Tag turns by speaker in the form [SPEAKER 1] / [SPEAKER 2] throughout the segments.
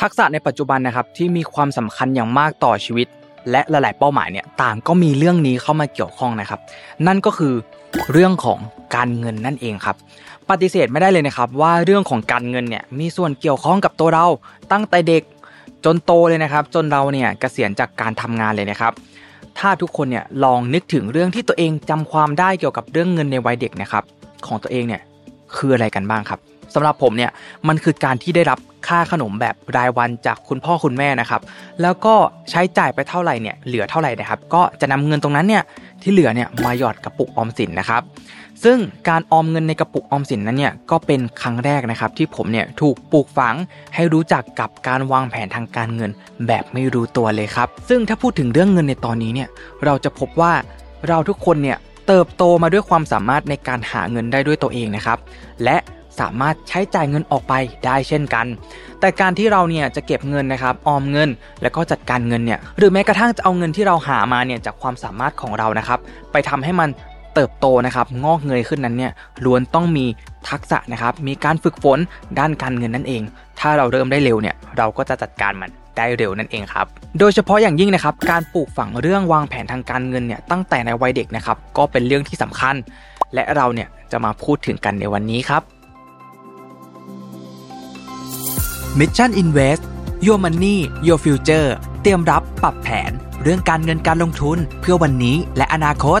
[SPEAKER 1] ทักษะในปัจจุบันนะครับที่มีความสำคัญอย่างมากต่อชีวิต และหลาย ๆ เป้าหมายเนี่ยต่างก็มีเรื่องนี้เข้ามาเกี่ยวข้องนะครับ นั่นก็คือเรื่องของการเงินนั่นเองครับ ปฏิเสธไม่ได้เลยนะครับ ว่าเรื่องของการเงินเนี่ยมีส่วนเกี่ยวข้องกับตัวเรา ตั้งแต่เด็กจนโตเลยนะครับ จนเราเนี่ยเกษียณจากการทำงานเลยนะครับ ถ้าทุกคนเนี่ยลองนึกถึงเรื่องที่ตัวเองจำความได้เกี่ยวกับเรื่องเงินในวัยเด็กนะครับ ของตัวเองเนี่ยคืออะไรกันบ้างครับสำหรับผมเนี่ยมันคือการที่ได้รับค่าขนมแบบรายวันจากคุณพ่อคุณแม่นะครับ แล้วก็ใช้จ่ายไปเท่าไหร่เนี่ยเหลือเท่าไหร่นะครับ ก็จะนำเงินตรงนั้นเนี่ยที่เหลือเนี่ยมาหยอดกระปุกออมสินนะครับ ซึ่งการออมเงินในกระปุกออมสินนั้นเนี่ยก็เป็นครั้งแรกนะครับ ที่ผมเนี่ยถูกปลูกฝังให้รู้จักกับการวางแผนทางการเงิน แบบไม่รู้ตัวเลยครับ ซึ่งถ้าพูดถึงเรื่องเงินในตอนนี้เนี่ยเราจะพบว่าเราทุกคนเนี่ยเติบโตมาด้วยความสามารถในการหาเงินได้ด้วยตัวเองนะครับ และสามารถใช้จ่ายเงินออกไปได้เช่นกัน แต่การที่เราเนี่ยจะเก็บเงินนะครับออมเงิน แล้วก็จัดการเงินเนี่ยหรือแม้กระทั่งจะเอาเงินที่เราหามาเนี่ยจากความสามารถของเรานะครับ ไปทำให้มันเติบโตนะครับงอกเงยขึ้นนั้นเนี่ยล้วนต้องมีทักษะนะครับ มีการฝึกฝนด้านการเงินนั่นเอง ถ้าเราเริ่มได้เร็วเนี่ยเราก็จะจัดการมันได้เร็วนั่นเองครับ โดยเฉพาะอย่างยิ่งนะครับ การปลูกฝังเรื่องวางแผนทางการเงินเนี่ยตั้งแต่ในวัยเด็กนะครับ ก็เป็นเรื่องที่สำคัญ และเราเนี่ยจะมาพูดถึงกันในวันนี้ครับ Mission Invest Your Money Your Future เตรียมรับปรับแผน เรื่องการเงินการลงทุนเพื่อวันนี้และอนาคต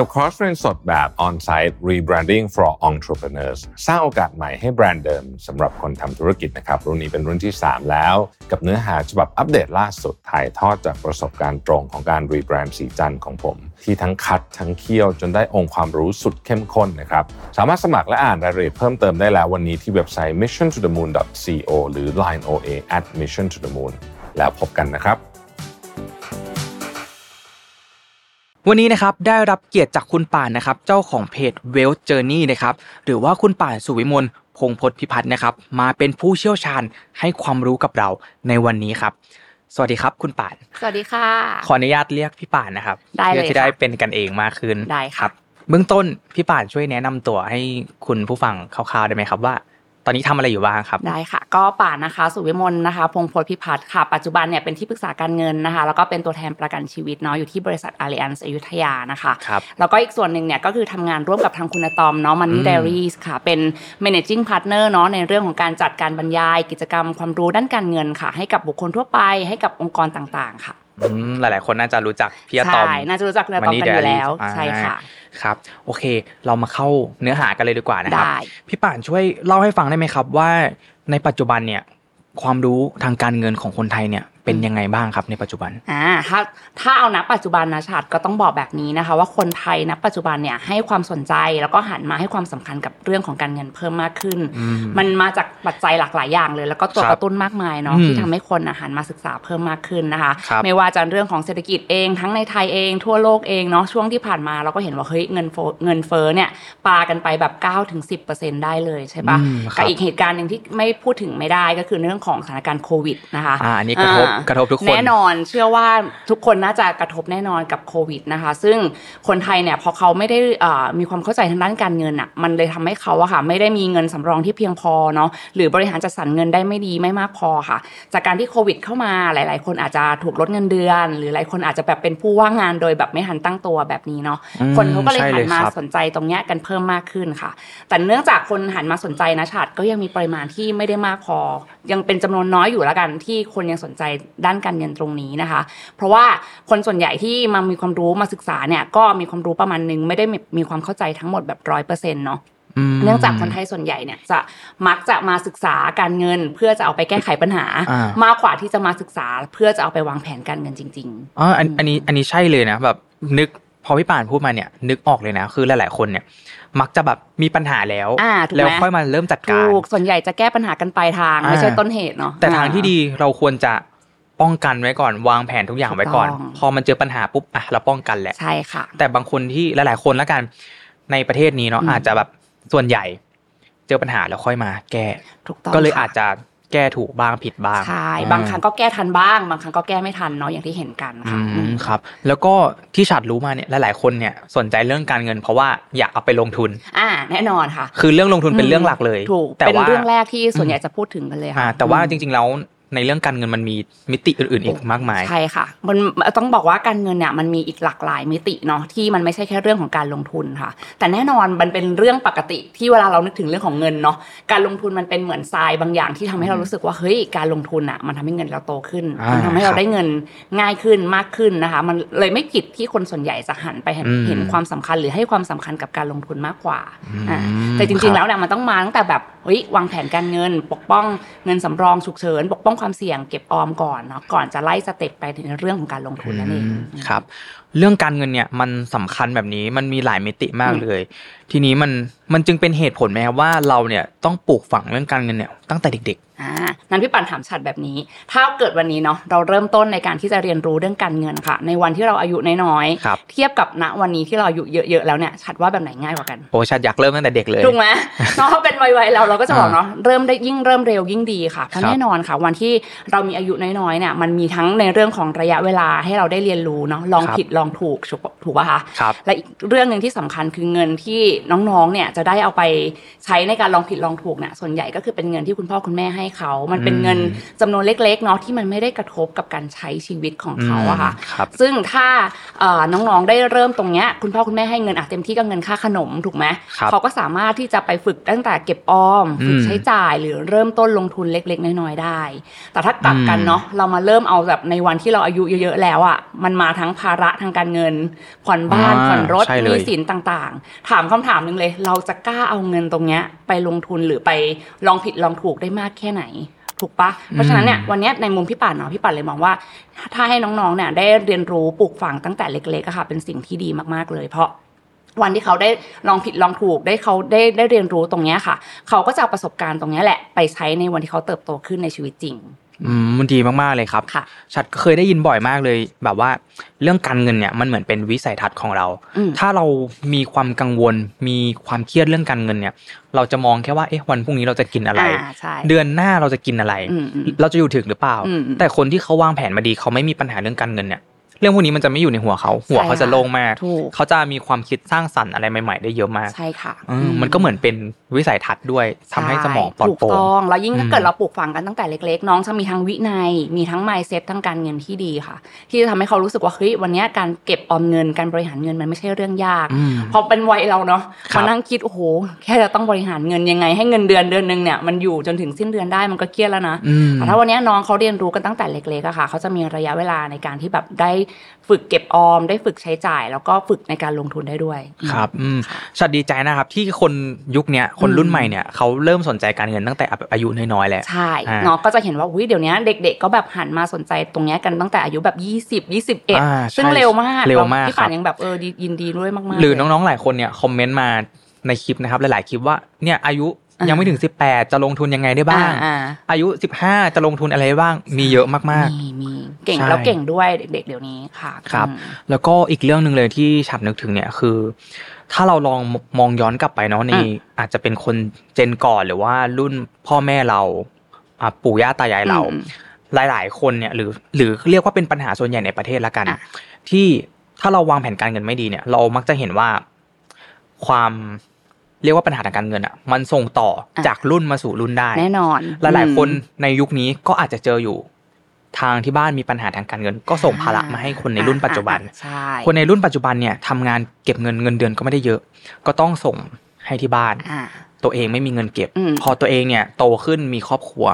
[SPEAKER 2] กับคอร์สเรียนสดแบบ On-site Rebranding for Entrepreneurs สร้างโอกาสใหม่ให้แบรนด์เดิมสำหรับคนทำธุรกิจนะครับ รุ่นนี้เป็นรุ่นที่ 3 แล้ว กับเนื้อหาฉบับอัปเดตล่าสุดถ่ายทอดจากประสบการณ์ตรงของการรีแบรนด์สีจันทร์ของผม ที่ทั้งคัดทั้งเคี่ยวจนได้องค์ความรู้สุดเข้มข้นนะครับ สามารถสมัครและอ่านรายละเอียดเพิ่มเติมได้แล้ววันนี้ที่เว็บไซต์ mission to the moon co หรือ line oa at mission to the moon แล้วพบกันนะครับ
[SPEAKER 1] วันนี้นะครับได้รับเกียรติจากคุณป่านนะครับเจ้าของเพจ Wealth Journey นะครับหรือว่าคุณป่านสุวิมลพงพจน์พิพัฒน์นะครับมาเป็นผู้เชี่ยวชาญให้ความรู้กับเราในวันนี้ครับ สวัสดีครับคุณป่าน
[SPEAKER 3] สวัสดีค่ะ
[SPEAKER 1] ขออนุญาตเรียกพี่ป่านนะครับ
[SPEAKER 3] ได้เลย
[SPEAKER 1] พื่อที่
[SPEAKER 3] ค่ะ
[SPEAKER 1] ได้เป็นกันเองมากขึ้น
[SPEAKER 3] ได้ค่ะ
[SPEAKER 1] รับเบื้องต้นพี่ป่านช่วยแนะนำตัวให้คุณผู้ฟังคร่าวๆได้ไหมครับว่า ตอนนี้ทำอะไรอยู่บ้างครับ
[SPEAKER 3] ได้ค่ะ ก็ป่านนะคะ สุวิมลนะคะ พงศ์พลพิพัฒน์ค่ะ ปัจจุบันเนี่ยเป็นที่ปรึกษาการเงินนะคะ แล้วก็เป็นตัวแทนประกันชีวิตเนาะอยู่ที่บริษัทอาริอันส์อยุธยานะคะ
[SPEAKER 1] ครับ
[SPEAKER 3] แล้วก็อีกส่วนหนึ่งเนี่ยก็คือทำงานร่วมกับทางคุณตอมเนาะมัน
[SPEAKER 1] อื
[SPEAKER 3] นี่
[SPEAKER 1] ม
[SPEAKER 3] ไดรี่ค่ะ เป็น managing partner เนาะในเรื่องของการจัดการบรรยาย กิจกรรมความรู้ด้านการเงินค่ะ ให้กับบุคคลทั่วไปให้กับองค์กรต่างๆ ค่ะ
[SPEAKER 1] อืมหลายๆ คนน่าจะรู้จักพี่อะตอม
[SPEAKER 3] ใช่น่าจะรู้จักคุณตอม
[SPEAKER 1] Money
[SPEAKER 3] กันอยู่แล้ว
[SPEAKER 1] Diaries
[SPEAKER 3] ใช่ค่ะ
[SPEAKER 1] ครับ โอเค เรามาเข้าเนื้อหากันเลยดีกว่านะครับ
[SPEAKER 3] ได้
[SPEAKER 1] พี่ป่านช่วยเล่าให้ฟังได้ไหมครับว่าในปัจจุบันเนี่ยความรู้ทางการเงินของคนไทยเนี่ยเป็นยังไงบ้างครับในปัจจุบัน
[SPEAKER 3] อ่าถ้าถ้าเอาณปัจจุบันนะชาติก็ต้องบอกแบบนี้นะคะ ว่าคนไทยณปัจจุบันเนี่ยให้ความสนใจแล้วก็หันมาให้ความสำคัญกับเรื่องของการเงินเพิ่มมากขึ้น
[SPEAKER 1] อืม
[SPEAKER 3] มันมาจากปัจจัยหลากหลายอย่างเลย แล้วก็ตัว
[SPEAKER 1] ครับ
[SPEAKER 3] กระตุ้นมากมายเนาะ
[SPEAKER 1] อืม
[SPEAKER 3] ที่ทำให้คนอ่ะหันมาศึกษาเพิ่มมากขึ้นนะคะ
[SPEAKER 1] ครับ
[SPEAKER 3] ไม่ว่าจะเรื่องของเศรษฐกิจเองทั้งในไทยเองทั่วโลกเองเนาะช่วงที่ผ่านมาเราก็เห็นว่าเฮ้ยเงินเฟ้อเงินเฟ้อเนี่ยปากันไปแบบ9ก้ถึงสิได้เลยใช่ปะ
[SPEAKER 1] อืมครับ
[SPEAKER 3] กับอีกเหตุการณ์หนึ่งที่ไม่พูดถึงไม่ได้ก็คือเรื่องของสถานการณ์โควิดนะคะ
[SPEAKER 1] อ่าอันนี้กระทบ
[SPEAKER 3] อ่าก
[SPEAKER 1] ระทบทุกคน
[SPEAKER 3] แน่นอนเชื่อว่าทุกคนน่าจะกระทบแน่นอนกับโควิดนะคะ ซึ่งคนไทยเนี่ยพอเขาไม่ได้เอ่อมีความเข้าใจทางด้านการเงินอ่ะมันเลยทำให้เขาอะค่ะไม่ได้มีเงินสำรองที่เพียงพอเนาะหรือบริหารจัดสรรเงินได้ไม่ดีไม่มากพอค่ะ จากการที่โควิดเข้ามาหลาย ๆ คนอาจจะถูกลดเงินเดือน หรือหลายคนอาจจะแบบเป็นผู้ว่างงานโดยแบบไม่หันตั้งตัวแบบนี้เนาะ
[SPEAKER 1] อืม
[SPEAKER 3] คนเขาก็เลย
[SPEAKER 1] ใช่
[SPEAKER 3] หั
[SPEAKER 1] เล
[SPEAKER 3] น
[SPEAKER 1] ย
[SPEAKER 3] มา
[SPEAKER 1] ครับ
[SPEAKER 3] สนใจตรงเนี้ยกันเพิ่มมากขึ้นค่ะ แต่เนื่องจากคนหันมาสนใจนะชาติก็ยังมีปริมาณที่ไม่ได้มากพอ ยังเป็นจำนวนน้อยอยู่แล้วกันที่คนยังสนใจด้านการเงินตรงนี้นะคะ เพราะว่าคนส่วนใหญ่ที่มามีความรู้มาศึกษาเนี่ยก็มีความรู้ประมาณหนึงไม่ได้มีความเข้าใจทั้งหมดแบบร้อยเปอร์เซ็นต์เนาะ
[SPEAKER 1] ม
[SPEAKER 3] เนื่องจากคนไทยส่วนใหญ่เนี่ยจะมักจะมาศึกษาการเงิน เพื่อจะเอาไปแก้ไขปัญหา
[SPEAKER 1] อ่าม
[SPEAKER 3] มากกว่าที่จะมาศึกษาเพื่อจะเอาไปวางแผนการเงินจริง ๆ
[SPEAKER 1] อ๋ออันอันนี้อันนี้ใช่เลยนะแบบนึกพอพี่ป่านพูดมาเนี่ยนึกออกเลยนะ คือหลาย ๆ คนเนี่ย มักจะแบบมีปัญหาแล้ว
[SPEAKER 3] อ่าถูกไหม
[SPEAKER 1] แล้วค่อยมาเริ่มจัดการ
[SPEAKER 3] ถูกส่วนใหญ่จะแก้ปัญหากันปลายทาง ไม่ใช่
[SPEAKER 1] อ่า
[SPEAKER 3] ต้นเหตุเนาะ
[SPEAKER 1] แต่ทางที่ดีเราควรจะ ป้องกันไว้ก่อน วางแผนทุกอย่างไว้ก่อน
[SPEAKER 3] ถูกต้อง
[SPEAKER 1] พอมันเจอปัญหาปุ๊บอ่ะเราป้องกันแหละ
[SPEAKER 3] ใช่ค่ะ
[SPEAKER 1] แต่บางคนที่หลาย ๆ คนแล้วกันในประเทศนี้เนาะ
[SPEAKER 3] อืม
[SPEAKER 1] อาจจะแบบส่วนใหญ่ เจอปัญหาแล้วค่อยมา แก้
[SPEAKER 3] ถูกต้อง
[SPEAKER 1] ก็เลย
[SPEAKER 3] ค่ะ
[SPEAKER 1] อาจจะแก้ถูกบ้างผิดบ้าง
[SPEAKER 3] ใช่
[SPEAKER 1] อืม
[SPEAKER 3] บางครั้งก็แก้ทันบ้าง บางครั้งก็แก้ไม่ทันเนาะอย่างที่เห็นกัน
[SPEAKER 1] อื
[SPEAKER 3] ค่ะอื
[SPEAKER 1] ม
[SPEAKER 3] ม
[SPEAKER 1] ครับ แล้วก็ที่ฉัดรู้มาเนี่ยหลาย ๆ คนเนี่ยสนใจเรื่องการเงิน เพราะว่าอยากเอาไปลงทุน
[SPEAKER 3] อ่าแน่นอนค่ะ
[SPEAKER 1] คือเรื่องลงทุนเป็นเรื่องหลักเลย
[SPEAKER 3] ถูก
[SPEAKER 1] แต่
[SPEAKER 3] เป็น
[SPEAKER 1] ว่า
[SPEAKER 3] เรื่องแรกที่ส่วนใหญ่จะพูดถึงกันเลย
[SPEAKER 1] อ่า
[SPEAKER 3] ค่ะ
[SPEAKER 1] แต่ว่า
[SPEAKER 3] อืม
[SPEAKER 1] จริงๆแล้วในเรื่องการเงินมันมีมิติอื่นๆอีกมากมาย
[SPEAKER 3] ใช่ค่ะ มันต้องบอกว่าการเงินเนี่ยมันมีอีกหลากหลายมิติเนาะที่มันไม่ใช่แค่เรื่องของการลงทุนค่ะ แต่แน่นอนมันเป็นเรื่องปกติที่เวลาเรานึกถึงเรื่องของเงินเนาะการลงทุนมันเป็นเหมือนทรายบางอย่างที่ทำให้เรารู้สึกว่าเฮ้ยการลงทุนอ่ะมันทำให้เงินเราโตขึ้น
[SPEAKER 1] อ่ามั
[SPEAKER 3] มันทำ
[SPEAKER 1] ค
[SPEAKER 3] ให้
[SPEAKER 1] รั
[SPEAKER 3] เรา
[SPEAKER 1] บ
[SPEAKER 3] ได้เงินง่ายขึ้นมากขึ้นนะคะ มันเลยไม่ผิดที่คนส่วนใหญ่จะหันไปเห็น
[SPEAKER 1] อืม
[SPEAKER 3] เห็นความสำคัญหรือให้ความสำคัญกับการลงทุนมากกว่าอ่า
[SPEAKER 1] อืม
[SPEAKER 3] แต่จ
[SPEAKER 1] ครั
[SPEAKER 3] ริงๆ
[SPEAKER 1] บ
[SPEAKER 3] แล้วเนี่ยมันต้องมาตั้งแต่แบบเฮ้ยวางแผนการเงินปกป้องเงินสำรองฉุกเฉินปกป้องความเสี่ยงเก็บออมก่อนเนาะก่อนจะไล่สเต็ปไปถึงเรื่องของการลงทุนนั่นเอง
[SPEAKER 1] อืมครับ เรื่องการเงินเนี่ยมันสำคัญแบบนี้มันมีหลายมิติมาก
[SPEAKER 3] อืม
[SPEAKER 1] เลย ทีนี้มันมันจึงเป็นเหตุผลไหมครับว่าเราเนี่ยต้องปลูกฝังเรื่องการเงินเนี่ยตั้งแต่เด็ก
[SPEAKER 3] อ่านั้นพี่ปันถามชัดแบบนี้ ถ้าเกิดวันนี้เนาะเราเริ่มต้นในการที่จะเรียนรู้เรื่องการเงินค่ะ ในวันที่เราอายุน้อย
[SPEAKER 1] ครับ
[SPEAKER 3] ๆเทียบกับณวันนี้ที่เราอายุเยอะๆแล้วเนี่ยชัดว่าแบบไหนง่ายกว่ากัน
[SPEAKER 1] ๆโอ้ชัดอยากเริ่มตั้งแต่เด็กเลย
[SPEAKER 3] ถูกไหม เนาะเป็นวัยๆเราเราก็จะบอก
[SPEAKER 1] อ่า
[SPEAKER 3] เนาะเริ่มได้ยิ่งเริ่มเร็วยิ่งดีค่ะ
[SPEAKER 1] ค
[SPEAKER 3] เพราะ
[SPEAKER 1] รับ
[SPEAKER 3] แน่นอนค่ะ วันที่เรามีอายุน้อยๆเนี่ยมันมีทั้งในเรื่องของระยะเวลาให้เราได้เรียนรู้เนาะลอง
[SPEAKER 1] ครับ
[SPEAKER 3] ผิดลองถูกถูกถูกป่ะคะ
[SPEAKER 1] ครับ
[SPEAKER 3] และอีกเรื่องหนึ่งที่สำคัญคือเงินที่น้องๆ เนี่ยจะได้เอาไปใช้ในการลองผิดลองถูกเนี่ยส่วนใหญ่ก็คือเป็นเงินที่คุณพ่อคุณแม่ให้เขา มันเป็นเงิน
[SPEAKER 1] อื
[SPEAKER 3] จำนวนเล็กๆ เนาะที่มันไม่ได้กระทบกับการใช้ชีวิตของเขาอะค่ะ
[SPEAKER 1] อืมครับ
[SPEAKER 3] ซึ่งถ้าเอ่อน้องๆ ได้เริ่มตรงเนี้ยคุณพ่อคุณแม่ให้เงินอ่ะเต็มที่ก็เงินค่าขนมถูกไหม
[SPEAKER 1] ครับ
[SPEAKER 3] เขาก็สามารถที่จะไปฝึกตั้งแต่เก็บออม
[SPEAKER 1] อืม
[SPEAKER 3] ฝึกใช้จ่ายหรือเริ่มต้นลงทุนเล็ก ๆ น้อยๆ ได้ แต่ถ้ากลับกัน
[SPEAKER 1] อืม
[SPEAKER 3] เนาะเรามาเริ่มเอาแบบในวันที่เราอายุเยอะๆ แล้วอ่ะมันมาทั้งภาระทางการเงิน ผ่อนบ้าน
[SPEAKER 1] อ่า
[SPEAKER 3] ผ่อนรถ
[SPEAKER 1] ใช่
[SPEAKER 3] ห
[SPEAKER 1] เลย
[SPEAKER 3] นี้สินต่างๆ ถามคำถามหนึงเลย เราจะกล้าเอาเงินตรงเนี้ยไปลงทุนหรือไปลองผิดลองถูกได้มากแค่ไหน ถูกปะเพราะฉะนั้นเนี่ย วันเนี้ยในมุมพี่ป่านเนาะพี่ป่านเลยมองว่า ถ้าให้น้องๆเนี่ยได้เรียนรู้ปลูกฝังตั้งแต่เล็กๆอะค่ะ เป็นสิ่งที่ดีมากๆเลย เพราะวันที่เขาได้ลองผิดลองถูกได้เขาได้ได้เรียนรู้ตรงเนี้ยค่ะ เขาก็จะเอาประสบการณ์ตรงเนี้ยแหละไปใช้ในวันที่เขาเติบโตขึ้นในชีวิตจริง
[SPEAKER 1] อืมมันดีมากๆเลยครับ
[SPEAKER 3] ค่ะ
[SPEAKER 1] ชัดเคยได้ยินบ่อยมากเลย แบบว่าเรื่องการเงินเนี่ยมันเหมือนเป็นวิสัยทัศน์ของเรา
[SPEAKER 3] อืม
[SPEAKER 1] ถ้าเรามีความกังวล มีความเครียดเรื่องการเงินเนี่ย เราจะมองแค่ว่าเอ๊ะวันพรุ่งนี้เราจะกินอะไร
[SPEAKER 3] อ่าใช่
[SPEAKER 1] เดือนหน้าเราจะกินอะไร
[SPEAKER 3] อืมอืม
[SPEAKER 1] เราจะอยู่ถึงหรือเปล่า
[SPEAKER 3] อืมอืม
[SPEAKER 1] แต่คนที่เขาวางแผนมาดีเขาไม่มีปัญหาเรื่องการเงินเนี่ย เรื่องพวกนี้มันจะไม่อยู่ในหัวเขา หัวเขาจะโล่งมาก
[SPEAKER 3] ถูก
[SPEAKER 1] เขาจะมีความคิดสร้างสรรค์อะไรใหม่ ๆ ได้เยอะมาก
[SPEAKER 3] ใช่ค่ะ
[SPEAKER 1] อืมมันก็เหมือนเป็นวิสัยทัศน์ด้วยทำให้สมองปลอด
[SPEAKER 3] ถูก
[SPEAKER 1] โปร่ง
[SPEAKER 3] ต้องแล้วยิ่ง
[SPEAKER 1] อืม
[SPEAKER 3] ถ้าเกิดเราปลูกฝังกันตั้งแต่เล็กๆ น้องจะมีทั้งวินัย มีทั้ง mindset ทั้งการเงินที่ดีค่ะ ที่จะทำให้เขารู้สึกว่าเฮ้ยวันเนี้ยการเก็บออมเงินการบริหารเงินมันไม่ใช่เรื่องยาก
[SPEAKER 1] อืม
[SPEAKER 3] พอเป็นวัยเราเนาะ
[SPEAKER 1] ครั
[SPEAKER 3] มา
[SPEAKER 1] บ
[SPEAKER 3] นั่งคิดโอ้โหแค่จะต้องบริหารเงินยังไง ให้เงินเดือนเดือนหนึ่งเนี่ยมันอยู่จนถึงสิ้นเดือนได้มันก็เครียดแล้วนะ
[SPEAKER 1] อืม
[SPEAKER 3] แต่ถ้าวันเนี้ยน้องเขาเรียนรู้กันตั้งแต่เล็กๆอะค่ะ เขาจะมีระยะเวลาในการที่แบบได้ฝึกเก็บออม ได้ฝึกใช้จ่าย แล้วก็ฝึกในการลงทุนได้ด้วย
[SPEAKER 1] ครับอืมชัดดีใจนะครับที่คนยุคเนี้ยคน
[SPEAKER 3] อืม
[SPEAKER 1] รุ่นใหม่เนี่ยเขาเริ่มสนใจการเงินตั้งแต่อายุน้อยๆแหละ
[SPEAKER 3] ใช่
[SPEAKER 1] อ่า
[SPEAKER 3] เนาะก็จะเห็นว่าอุ้ยเดี๋ยวนี้เด็ก ๆ ก็แบบหันมาสนใจตรงเนี้ยกันตั้งแต่อายุแบบ
[SPEAKER 1] อ
[SPEAKER 3] 20
[SPEAKER 1] ่า
[SPEAKER 3] 21 ซึ่ง
[SPEAKER 1] ใช่
[SPEAKER 3] เร็วมาก
[SPEAKER 1] เร็วมาก
[SPEAKER 3] พี่ป่า
[SPEAKER 1] ครั
[SPEAKER 3] น
[SPEAKER 1] บ
[SPEAKER 3] ยังแบบเออดียินดีด้วยมากๆ
[SPEAKER 1] หรือ
[SPEAKER 3] เลย
[SPEAKER 1] น้องๆหลายคนเนี่ยคอมเมนต์มาในคลิปนะครับหลายๆคลิปว่าเนี่ยอายุ
[SPEAKER 3] อ่ายั
[SPEAKER 1] ยังไม่ถึง 18 จะลงทุนยังไงได้บ้าง
[SPEAKER 3] อ่
[SPEAKER 1] อายุ 15 จะลงทุนอะไรบ้างมีเยอะมาก
[SPEAKER 3] มีมีเก่ง
[SPEAKER 1] ใช่
[SPEAKER 3] แล้วเก่งด้วยเด็ก ๆ เดี๋ยวนี้ค่ะ
[SPEAKER 1] ครับ
[SPEAKER 3] อืม
[SPEAKER 1] ๆ แล้วก็อีกเรื่องหนึ่งเลยที่ฉับนึกถึงเนี่ยคือ ถ้าเราลองมองย้อนกลับไปเนาะใน
[SPEAKER 3] อืม
[SPEAKER 1] อาจจะเป็นคนเจนก่อนหรือว่ารุ่นพ่อแม่เราอ่ะปู่ย่าตายายเรา
[SPEAKER 3] อืม
[SPEAKER 1] หลาย ๆ คนเนี่ยหรือหรือเรียกว่าเป็นปัญหาส่วนใหญ่ในประเทศละกัน
[SPEAKER 3] อ่ะ
[SPEAKER 1] ที่ถ้าเราวางแผนการเงินไม่ดีเนี่ย เรามักจะเห็นว่า ความเรียกว่าปัญหาทางการเงินอ่ะ มันส่งต่อจากรุ่นมาสู่รุ่นได้
[SPEAKER 3] แน่นอน
[SPEAKER 1] หลายๆ คน
[SPEAKER 3] อืม
[SPEAKER 1] ในยุคนี้ก็อาจจะเจออยู่ ทางที่บ้านมีปัญหาทางการเงิน ก็ส่งภาระมาให้คนในรุ่นปัจจุบัน
[SPEAKER 3] ใช่
[SPEAKER 1] คนในรุ่นปัจจุบันเนี่ยทำงานเก็บเงินเงินเดือนก็ไม่ได้เยอะ ก็ต้องส่งให้ที่บ้าน
[SPEAKER 3] อ่า
[SPEAKER 1] ตัวเองไม่มีเงินเก็บ
[SPEAKER 3] อืม
[SPEAKER 1] พอตัวเองเนี่ยโตขึ้นมีครอบครัว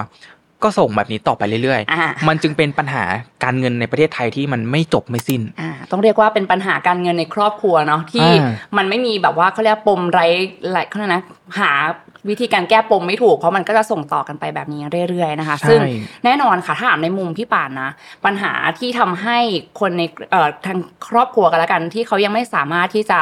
[SPEAKER 1] ก็ส่งแบบนี้ต่อไปเรื่อย
[SPEAKER 3] อ่า
[SPEAKER 1] มันจึงเป็นปัญหาการเงินในประเทศไทยที่มันไม่จบไม่สิ้น
[SPEAKER 3] อ่าต้องเรียกว่าเป็นปัญหาการเงินในครอบครัวเนาะที่
[SPEAKER 1] อ่า
[SPEAKER 3] มันไม่มีแบบว่าเขาเรียกปมไร้ไรเขาเรียกนะหาวิธีการแก้ปมไม่ถูก เพราะมันก็จะส่งต่อกันไปแบบนี้เรื่อยๆนะคะ
[SPEAKER 1] ใช่
[SPEAKER 3] ซึ่งแน่นอนค่ะถ้าถามในมุมพี่ป่านนะ ปัญหาที่ทำให้คนในเอ่อทางครอบครัวกันละกันที่เขายังไม่สามารถที่จะ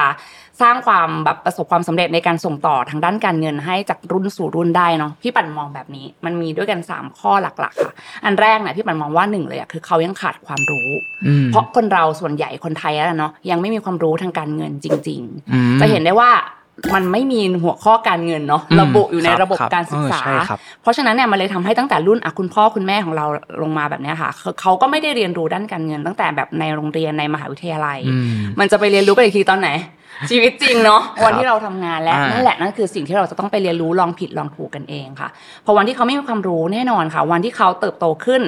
[SPEAKER 3] สร้างความแบบประสบความสำเร็จในการส่งต่อทางด้านการเงินให้จากรุ่นสู่รุ่นได้เนาะพี่ปั่นมองแบบนี้ มันมีด้วยกัน 3 ข้อหลักๆค่ะ อันแรกเนี่ยพี่ปั่นมองว่าหนึ่งเลยอะคือเขายังขาดความรู้
[SPEAKER 1] อืม
[SPEAKER 3] เพราะคนเราส่วนใหญ่คนไทยอะเนาะยังไม่มีความรู้ทางการเงินจริง ๆ
[SPEAKER 1] อืม
[SPEAKER 3] จะเห็นได้ว่ามันไม่มีหัวข้อการเงินเนาะ
[SPEAKER 1] อืม
[SPEAKER 3] ระบุอยู่ใน
[SPEAKER 1] ครับ
[SPEAKER 3] ระบบ
[SPEAKER 1] ครับ
[SPEAKER 3] การศึกษา
[SPEAKER 1] เออใช่ครับ
[SPEAKER 3] เพราะฉะนั้นเนี่ยมันเลยทำให้ตั้งแต่รุ่นอ่ะคุณพ่อคุณแม่ของเราลงมาแบบเนี้ยค่ะเขาเขาก็ไม่ได้เรียนรู้ด้านการเงิน ตั้งแต่แบบในโรงเรียนในมหาวิทยาลัย
[SPEAKER 1] อืม
[SPEAKER 3] มันจะไปเรียนรู้กันอีกทีตอนไหน ชีวิตจริงเนาะวันที่เราทำงานแล้ว
[SPEAKER 1] อ่านั่
[SPEAKER 3] นั่นแหละนั่นคือสิ่งที่เราจะต้องไปเรียนรู้ลองผิดลองถูกกันเองค่ะพอวันที่เขาไม่มีความรู้แน่นอนค่ะ วันที่เขาเติบโตขึ้น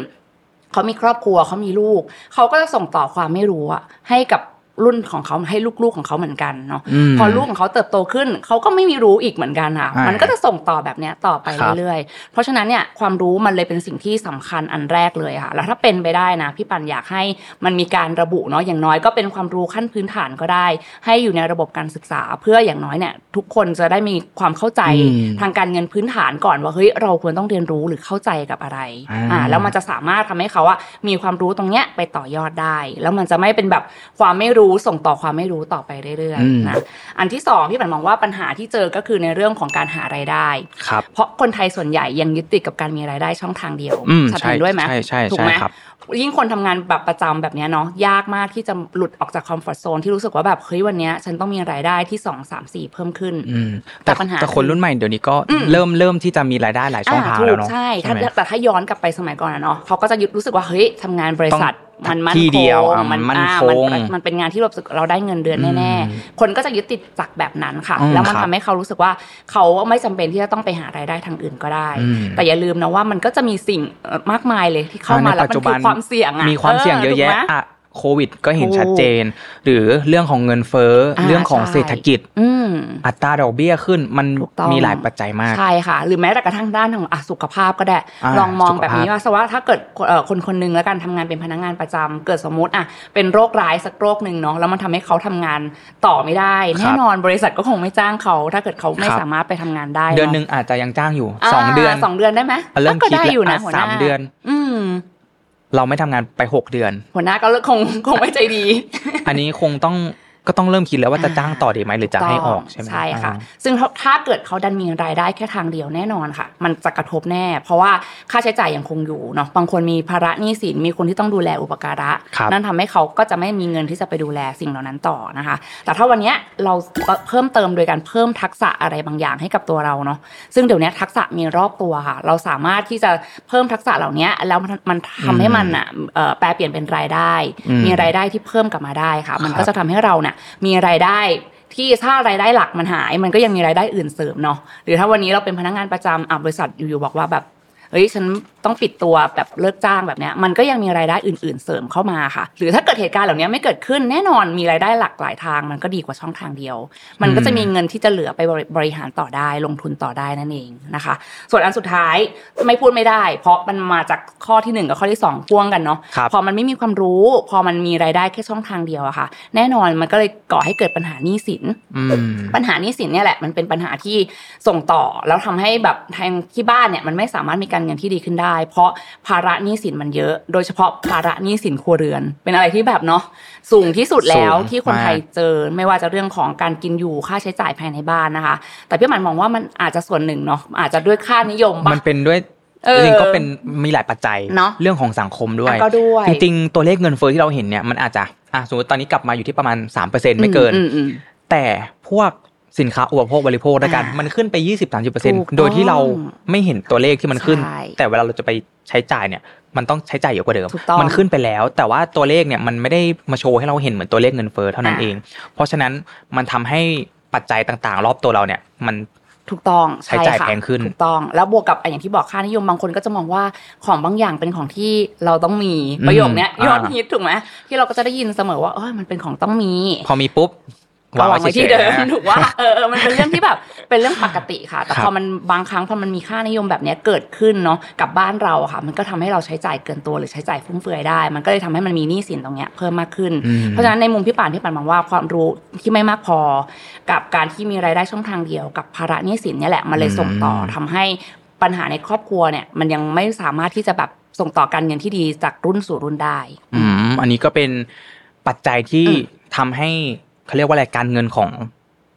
[SPEAKER 3] เขามีครอบครัวเขามีลูก เขาก็จะส่งต่อความไม่รู้อะให้กับรุ่นของเขาให้ลูกๆของเขาเหมือนกันเนาะ
[SPEAKER 1] อืม
[SPEAKER 3] พอลูกของเขาเติบโตขึ้น เขาก็ไม่มีรู้อีกเหมือนกันค่ะ
[SPEAKER 1] อ่ามั
[SPEAKER 3] มันก็จะส่งต่อแบบเนี้ยต่อไป
[SPEAKER 1] ครับ
[SPEAKER 3] เรื่อยๆเพราะฉะนั้นเนี่ยความรู้มันเลยเป็นสิ่งที่สำคัญอันแรกเลยค่ะ แล้วถ้าเป็นไปได้นะพี่ปันอยากให้มันมีการระบุเนาะอย่างน้อยก็เป็นความรู้ขั้นพื้นฐานก็ได้ ให้อยู่ในระบบการศึกษาเพื่ออย่างน้อยเนี่ยทุกคนจะได้มีความเข้าใจ
[SPEAKER 1] อืม
[SPEAKER 3] ทางการเงินพื้นฐานก่อนว่าเฮ้ยเราควรต้องเรียนรู้หรือเข้าใจกับอะไร
[SPEAKER 1] อ่า
[SPEAKER 3] อ่าแล้วมัน จะสามารถทำให้เขาอะมีความรู้ตรงเนี้ยไปต่อยอดได้ แล้วมันจะไม่เป็นแบบความไม่รู้ส่งต่อความไม่รู้ต่อไปเรื่อย
[SPEAKER 1] อืม
[SPEAKER 3] ๆนะอันที่สองพี่ปันมองว่าปัญหาที่เจอก็คือในเรื่องของการหารายได้
[SPEAKER 1] ครับ
[SPEAKER 3] เพราะคนไทยส่วนใหญ่ยังยึดติดกับการมีรายได้ช่องทางเดียว
[SPEAKER 1] อืม
[SPEAKER 3] ชัด
[SPEAKER 1] ใช่
[SPEAKER 3] เจนด้วยไหม
[SPEAKER 1] ใช่ใช่
[SPEAKER 3] ถูก
[SPEAKER 1] ใช่
[SPEAKER 3] ไหม
[SPEAKER 1] ครับ
[SPEAKER 3] ยิ่งคนทำงานแบบประจำแบบเนี้ยเนาะยากมากที่จะหลุดออกจากคอมฟอร์ทโซนที่รู้สึกว่าแบบเฮ้ยวันเนี้ยฉันต้องมีรายได้ที่สองสามสี่เพิ่มขึ้น
[SPEAKER 1] อืม
[SPEAKER 3] แต่
[SPEAKER 1] แต่
[SPEAKER 3] ปัญหา
[SPEAKER 1] แต่คนรุ่นใหม่เดี๋ยวนี้ก็
[SPEAKER 3] อืม
[SPEAKER 1] เริ่มเริ่มที่จะมีรายได้หลายช่องทาง
[SPEAKER 3] ถู
[SPEAKER 1] แล้ว
[SPEAKER 3] ก
[SPEAKER 1] เนาะ
[SPEAKER 3] ใช่ถ้า
[SPEAKER 1] ไหม
[SPEAKER 3] แต่ถ้าย้อนกลับไปสมัยก่อนอะเนาะเขาก็จะยึดรู้สึกว่าเฮ้ยทำงานบริษัท
[SPEAKER 1] ต้อง
[SPEAKER 3] มันมั่น
[SPEAKER 1] ที่
[SPEAKER 3] ค
[SPEAKER 1] เดียว
[SPEAKER 3] ง
[SPEAKER 1] อ่ะมันมั่น
[SPEAKER 3] อ่า
[SPEAKER 1] คง
[SPEAKER 3] มันมันเป็นงานที่เราสึกเราได้เงินเดือนแน่
[SPEAKER 1] อืม
[SPEAKER 3] ๆคนก็จะยึดติดจากแบบนั้นค่ะ
[SPEAKER 1] อืม
[SPEAKER 3] แล้วมัน
[SPEAKER 1] ครั
[SPEAKER 3] ทำ
[SPEAKER 1] บ
[SPEAKER 3] ให้เขารู้สึกว่าเขาไม่จำเป็นที่จะต้องไปหารายได้ทางอื่นก็ได้
[SPEAKER 1] อืม
[SPEAKER 3] แต่อย่าลืมนะว่ามันก็จะมีสิ่งเอ่อมากมายเลยที่เข้ามาแล้วมันคือความเสี่ยงอะ
[SPEAKER 1] มีความเสี่ยงเยอะแยะ
[SPEAKER 3] ถูกไหม
[SPEAKER 1] อะโควิดก็เห็น
[SPEAKER 3] ถูก
[SPEAKER 1] ชัดเจน หรือเรื่องของเงินเฟ้อ
[SPEAKER 3] อ่า
[SPEAKER 1] เรื่องของ
[SPEAKER 3] ใช่
[SPEAKER 1] เศรษฐกิจ
[SPEAKER 3] อืม
[SPEAKER 1] อัตราดอกเบี้ยขึ้นมัน
[SPEAKER 3] ถูกต้อง
[SPEAKER 1] มีหลายปัจจัยมาก
[SPEAKER 3] ใช่ค่ะ หรือแม้แต่กระทั่งด้านของอ่ะสุขภาพก็ได้
[SPEAKER 1] อ่า
[SPEAKER 3] ลองมองแบ
[SPEAKER 1] สุ
[SPEAKER 3] บ
[SPEAKER 1] ขภาพ
[SPEAKER 3] นี้ว่าสมมุติว่าถ้าเกิดเอ่อคนคนหนึงแล้วกันทำงานเป็นพนักงานประจำเกิดสมมติอ่ะเป็นโรคร้ายสักโรคหนึ่งเนาะแล้วมันทำให้เขาทำงานต่อไม่ได้
[SPEAKER 1] ครับ
[SPEAKER 3] แน่นอนบริษัทก็คงไม่จ้างเขา ถ้าเกิดเขาไม่
[SPEAKER 1] ครับ
[SPEAKER 3] สามารถไปทำงานได้ะ
[SPEAKER 1] เดือนหนึ่งอาจจะยังจ้างอยู่
[SPEAKER 3] า
[SPEAKER 1] สองเดือน
[SPEAKER 3] สองเดือนได้ไหม
[SPEAKER 1] เริ่ม
[SPEAKER 3] ก็
[SPEAKER 1] คิด
[SPEAKER 3] ได้อยู่นะ
[SPEAKER 1] แล้ว
[SPEAKER 3] หัวห
[SPEAKER 1] สา
[SPEAKER 3] น้าม
[SPEAKER 1] เดือน
[SPEAKER 3] อืม
[SPEAKER 1] เราไม่ทำงานไปหกเดือน
[SPEAKER 3] หัวหน้าก็คงคงไม่ใจดี
[SPEAKER 1] อันนี้คงต้องก็ต้องเริ่มคิดแล้วว่าจะจ้างต่อดีไหมหรือจะให้ออก
[SPEAKER 3] ถูต้ง
[SPEAKER 1] ใช่ไหม
[SPEAKER 3] ใช่ค่ะ ซึ่งถ้าถ้าเกิดเขาดันมีรายได้แค่ทางเดียวแน่นอนค่ะ มันจะกระทบแน่ เพราะว่าค่าใช้จ่ายยังคงอยู่เนาะบางคนมีภาระหนี้สินมีคนที่ต้องดูแลอุปการะ
[SPEAKER 1] ครับ
[SPEAKER 3] นั่นทำให้เขาก็จะไม่มีเงินที่จะไปดูแลสิ่งเหล่านั้นต่อนะคะ แต่ถ้าวันเนี้ยเราเพิ่มเติมโดยการเพิ่มทักษะอะไรบางอย่างให้กับตัวเราเนาะซึ่งเดี๋ยวนี้ทักษะมีรอบตัวค่ะ เราสามารถที่จะเพิ่มทักษะเหล่านี้แล้วมันมันทำให้มันอ่ะเอ่อแปลเปลี่ยนเป็นรายได้
[SPEAKER 1] อืม
[SPEAKER 3] มีรายได้ที่เพิ่มกลับมาได้ค่ะ มัน
[SPEAKER 1] ครั
[SPEAKER 3] ก็
[SPEAKER 1] บ
[SPEAKER 3] จะทำให้เราเนี่ยมีรายได้ที่ถ้ารายได้หลักมันหาย มันก็ยังมีรายได้อื่นเสริมเนาะหรือถ้าวันนี้เราเป็นพนักงานประจำอ่ะบริษัทอยู่ๆบอกว่าแบบเฮ้ยฉันต้องปิดตัวแบบเลิกจ้างแบบเนี้ยมันก็ยังมีรายได้อื่น ๆเสริมเข้ามาค่ะ หรือถ้าเกิดเหตุการณ์เหล่านี้ไม่เกิดขึ้นแน่นอนมีรายได้หลากหลายทาง มันก็ดีกว่าช่องทางเดียว มันก็จะมีเงินที่จะเหลือไปบริบริหารต่อได้ลงทุนต่อได้นั่นเองนะคะ ส่วนอันสุดท้ายไม่พูดไม่ได้ เพราะมันมาจากข้อที่หนึ่งกับข้อที่สองพ่วงกันเนาะ
[SPEAKER 1] ครับ
[SPEAKER 3] พอมันไม่มีความรู้ พอมันมีรายได้แค่ช่องทางเดียวอะค่ะ แน่นอนมันก็เลยก่อให้เกิดปัญหาหนี้สิน
[SPEAKER 1] อืม
[SPEAKER 3] ปัญหาหนี้สินเนี่ยแหละมันเป็นปัญหาที่ส่งต่อแล้วทำให้แบบทางที่บ้านเนี่ยมันไม่สามารถมีการเงินที่ดีขึ้นได้ เพราะภาระหนี้สินมันเยอะ โดยเฉพาะภาระหนี้สินครัวเรือน เป็นอะไรที่แบบเนาะสูงที่สุดแล้ว
[SPEAKER 1] สูง
[SPEAKER 3] ที่คนไทย
[SPEAKER 1] มาก
[SPEAKER 3] เจอไม่ว่าจะเรื่องของการกินอยู่ค่าใช้จ่ายภายในบ้านนะคะ แต่พี่หมันมองว่ามันอาจจะส่วนหนึ่งเนาะอาจจะด้วยค่านิยม
[SPEAKER 1] มั
[SPEAKER 3] บ้าง
[SPEAKER 1] นเป็นด้วย
[SPEAKER 3] เออ
[SPEAKER 1] จริงๆก็เป็นมีหลายปัจจัย
[SPEAKER 3] เนอะ
[SPEAKER 1] เรื่องของสังคมด้วย
[SPEAKER 3] ก็ด้วย
[SPEAKER 1] จริงๆ ตัวเลขเงินเฟ้อที่เราเห็นเนี่ยมันอาจจะอ่ะสมมติตอนนี้กลับมาอยู่ที่ประมาณ 3%ไม่เกิน
[SPEAKER 3] อืมอืมอืม
[SPEAKER 1] แต่พวกสินค้าอุปโภคบริโภคละกัน
[SPEAKER 3] อ่ามั
[SPEAKER 1] มันขึ้นไป 20-30%
[SPEAKER 3] ง
[SPEAKER 1] โดยที่เราไม่เห็นตัวเลขที่มันขึ้น
[SPEAKER 3] ใช่
[SPEAKER 1] แต่เวลาเราจะไปใช้จ่ายเนี่ย มันต้องใช้จ่ายเยอะกว่าเดิม
[SPEAKER 3] ถูกต้อง
[SPEAKER 1] มันขึ้นไปแล้ว แต่ว่าตัวเลขเนี่ยมันไม่ได้มาโชว์ให้เราเห็นเหมือนตัวเลขเงินเฟ้อเท่านั้น
[SPEAKER 3] อ่า
[SPEAKER 1] เอง เพราะฉะนั้นมันทำให้ปัจจัยต่างๆ รอบตัวเราเนี่ย มัน
[SPEAKER 3] ถูกต้อง
[SPEAKER 1] ใช้จ่าย
[SPEAKER 3] ค่ะ
[SPEAKER 1] แพงขึ้น
[SPEAKER 3] ถูกต้องแล้วบวกกับอ่ะอย่างที่บอกค่านิยมบางคนก็จะมองว่าของบางอย่างเป็นของที่เราต้องมี
[SPEAKER 1] อืม
[SPEAKER 3] ประโยคเนี้ย
[SPEAKER 1] อ่าย ย
[SPEAKER 3] อดฮิตถูกไหมที่เราก็จะได้ยินเสมอว่าเออมันเป็นของต้องมี
[SPEAKER 1] พอมีปุ๊บ
[SPEAKER 3] ก็วางไว้ที่
[SPEAKER 1] ฉ
[SPEAKER 3] เดิ
[SPEAKER 1] ยๆ
[SPEAKER 3] ม
[SPEAKER 1] นะ
[SPEAKER 3] ถูกว่าเออเออมันเป็นเรื่องที่ แบบ เป็นเรื่องปกติค่ะ แต่
[SPEAKER 1] ครับ
[SPEAKER 3] พอมันบางครั้งพอมันมีค่านิยมแบบเนี้ยเกิดขึ้นเนาะกับบ้านเราอะค่ะ มันก็ทำให้เราใช้จ่ายเกินตัวหรือใช้จ่ายฟุ่มเฟือยได้ มันก็เลยทำให้มันมีหนี้สินตรงเนี้ยเพิ่มมากขึ้น
[SPEAKER 1] อืม
[SPEAKER 3] เพราะฉะนั้นในมุมพี่ป่านพี่ป่านมองว่าความรู้ที่ไม่มากพอ กับการที่มีรายได้ช่องทางเดียวกับภาระหนี้สินเนี่ยแหละมันเลยส่งต่อ
[SPEAKER 1] อืม
[SPEAKER 3] ทำให้ปัญหาในครอบครัวเนี่ย มันยังไม่สามารถที่จะแบบส่งต่อการเงินที่ดีจากรุ่นสู่รุ่นได้
[SPEAKER 1] อืมอันนี้ก็เป็นปัจจัยที่
[SPEAKER 3] อืม
[SPEAKER 1] ทำให้เขาเรียกว่าอะไรการเงินของ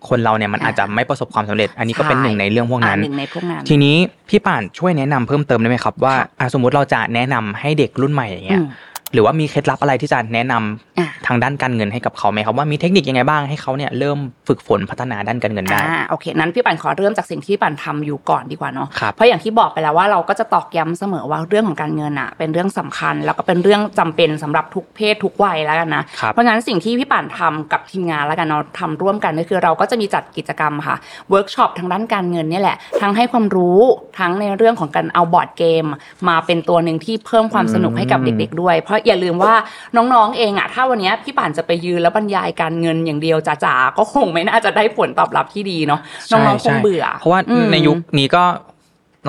[SPEAKER 1] คนเราเนี่ยมันอาจจะไม่ประสบความสำเร็จ อันนี้ก็เป็น
[SPEAKER 3] ใช่
[SPEAKER 1] หนึ่งในเรื่องพวกนั้น
[SPEAKER 3] อ่าหนึ่งในพวกนั้น
[SPEAKER 1] ทีนี้พี่ป่านช่วยแนะนำเพิ่มเติมได้ไหมครับ ว่า
[SPEAKER 3] ค่ะ
[SPEAKER 1] อ่ะสมมติเราจะแนะนำให้เด็กรุ่นใหม่อย่างเงี้ย
[SPEAKER 3] อืม
[SPEAKER 1] หรือว่ามีเคล็ดลับอะไรที่จะแนะนำ
[SPEAKER 3] อ่า
[SPEAKER 1] ทางด้านการเงินให้กับเขาไหมครับว่ามีเทคนิคยังไงบ้างให้เขาเนี่ยเริ่มฝึกฝนพัฒนาด้านการเงินได้
[SPEAKER 3] อ่าโอเคนั้นพี่ปั่นขอเริ่มจากสิ่งที่ปั่นทำอยู่ก่อนดีกว่าเนาะ
[SPEAKER 1] ครับ
[SPEAKER 3] เพราะอย่างที่บอกไปแล้วว่าเราก็จะตอกย้ำเสมอว่าเรื่องของการเงินอะเป็นเรื่องสำคัญ แล้วก็เป็นเรื่องจำเป็นสำหรับทุกเพศทุกวัยแล้วกันนะครับ เพราะฉะนั้นสิ่งที่พี่ปั่นทำกับทีมงานแล้วกันเนาะทำร่วมกันก็คือเราก็จะมีจัดกิจกรรมค่ะเวิร์กช็อปทางด้านการเงินเนี่ยแหละทั้งให้ความรู้ทั้งในเรื่องของการเอาบอร์ดเกม มาเป็นตัวหนึ่งที่เพิ่มความสนุกให้กับเด็ก เด็กๆด้วยเพราะอย่าลืมว่าน้องๆเองอะถ้าวันเนี้ยพี่ป่านจะไปยืนแล้วบรรยายการเงินอย่างเดียวจ๋าๆก็คงไม่น่าจะได้ผลตอบรับที่ดีเนาะน้องๆค
[SPEAKER 1] ใช่
[SPEAKER 3] ง
[SPEAKER 1] ใช่
[SPEAKER 3] เบื่อ
[SPEAKER 1] เพราะว่า
[SPEAKER 3] อืม
[SPEAKER 1] ในยุคนี้ก็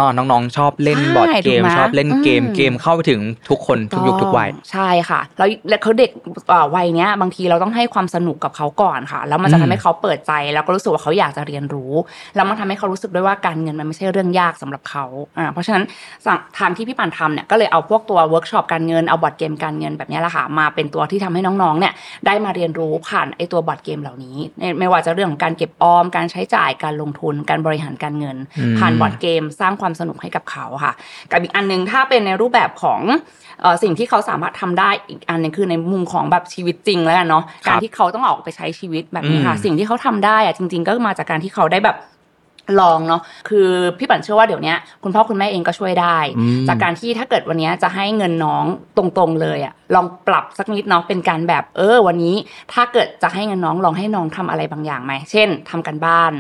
[SPEAKER 1] นอนน้องๆชอบเล่น
[SPEAKER 3] ใช่
[SPEAKER 1] บอร์ดเกม
[SPEAKER 3] ถูกไหม
[SPEAKER 1] ชอบเล่นเกม
[SPEAKER 3] อืม
[SPEAKER 1] เกมเข้าไปถึงทุกคนทุกยุคทุกวัย
[SPEAKER 3] ใช่ค่ะแล้วแล้วเขาเด็กเอ่อวัยเนี้ยบางทีเราต้องให้ความสนุกกับเขาก่อนค่ะ แล้วมันจะ
[SPEAKER 1] อืม
[SPEAKER 3] ทำให้เขาเปิดใจแล้วก็รู้สึกว่าเขาอยากจะเรียนรู้ แล้วมันทำให้เขารู้สึกด้วยว่าการเงินมันไม่ใช่เรื่องยากสำหรับเขาอ่าเพราะฉะนั้นสั่งทางที่พี่ปันทำเนี่ยก็เลยเอาพวกตัวเวิร์กช็อปการเงินเอาบอร์ดเกมการเงินแบบเนี้ยแหละค่ะมาเป็นตัวที่ทำให้น้องๆเนี่ยได้มาเรียนรู้ผ่านไอตัวบอร์ดเกมเหล่านี้ไม่ไม่ว่าจะเรื่องของการเก็บออมการใช้จ่ายการลงทุนการบริหารการเงิน
[SPEAKER 1] อืม
[SPEAKER 3] ผ่านบอร์ดเกมสร้างความสนุกให้กับเขาค่ะ กับอีกอันหนึงถ้าเป็นในรูปแบบของ เอ่อสิ่งที่เขาสามารถทำได้อีกอันหนึงคือในมุมของแบบชีวิตจริงแล้วกันเนาะ
[SPEAKER 1] ครับ
[SPEAKER 3] การที่เขาต้องออกไปใช้ชีวิตแบบนี้ค่ะ
[SPEAKER 1] อืม
[SPEAKER 3] สิ่งที่เขาทำได้อะจริง ๆ ก็มาจากการที่เขาได้แบบลองเนาะคือพี่ปั่นเชื่อว่าเดี๋ยวเนี้ยคุณพ่อคุณแม่เองก็ช่วยได้
[SPEAKER 1] อืม
[SPEAKER 3] จากการที่ถ้าเกิดวันเนี้ยจะให้เงินน้องตรงๆเลยอะลองปรับสักนิดเนาะเป็นการแบบเออวันนี้ ถ้าเกิดจะให้เงินน้องลองให้น้องทำอะไรบางอย่างไหมเช่นทำการบ้าน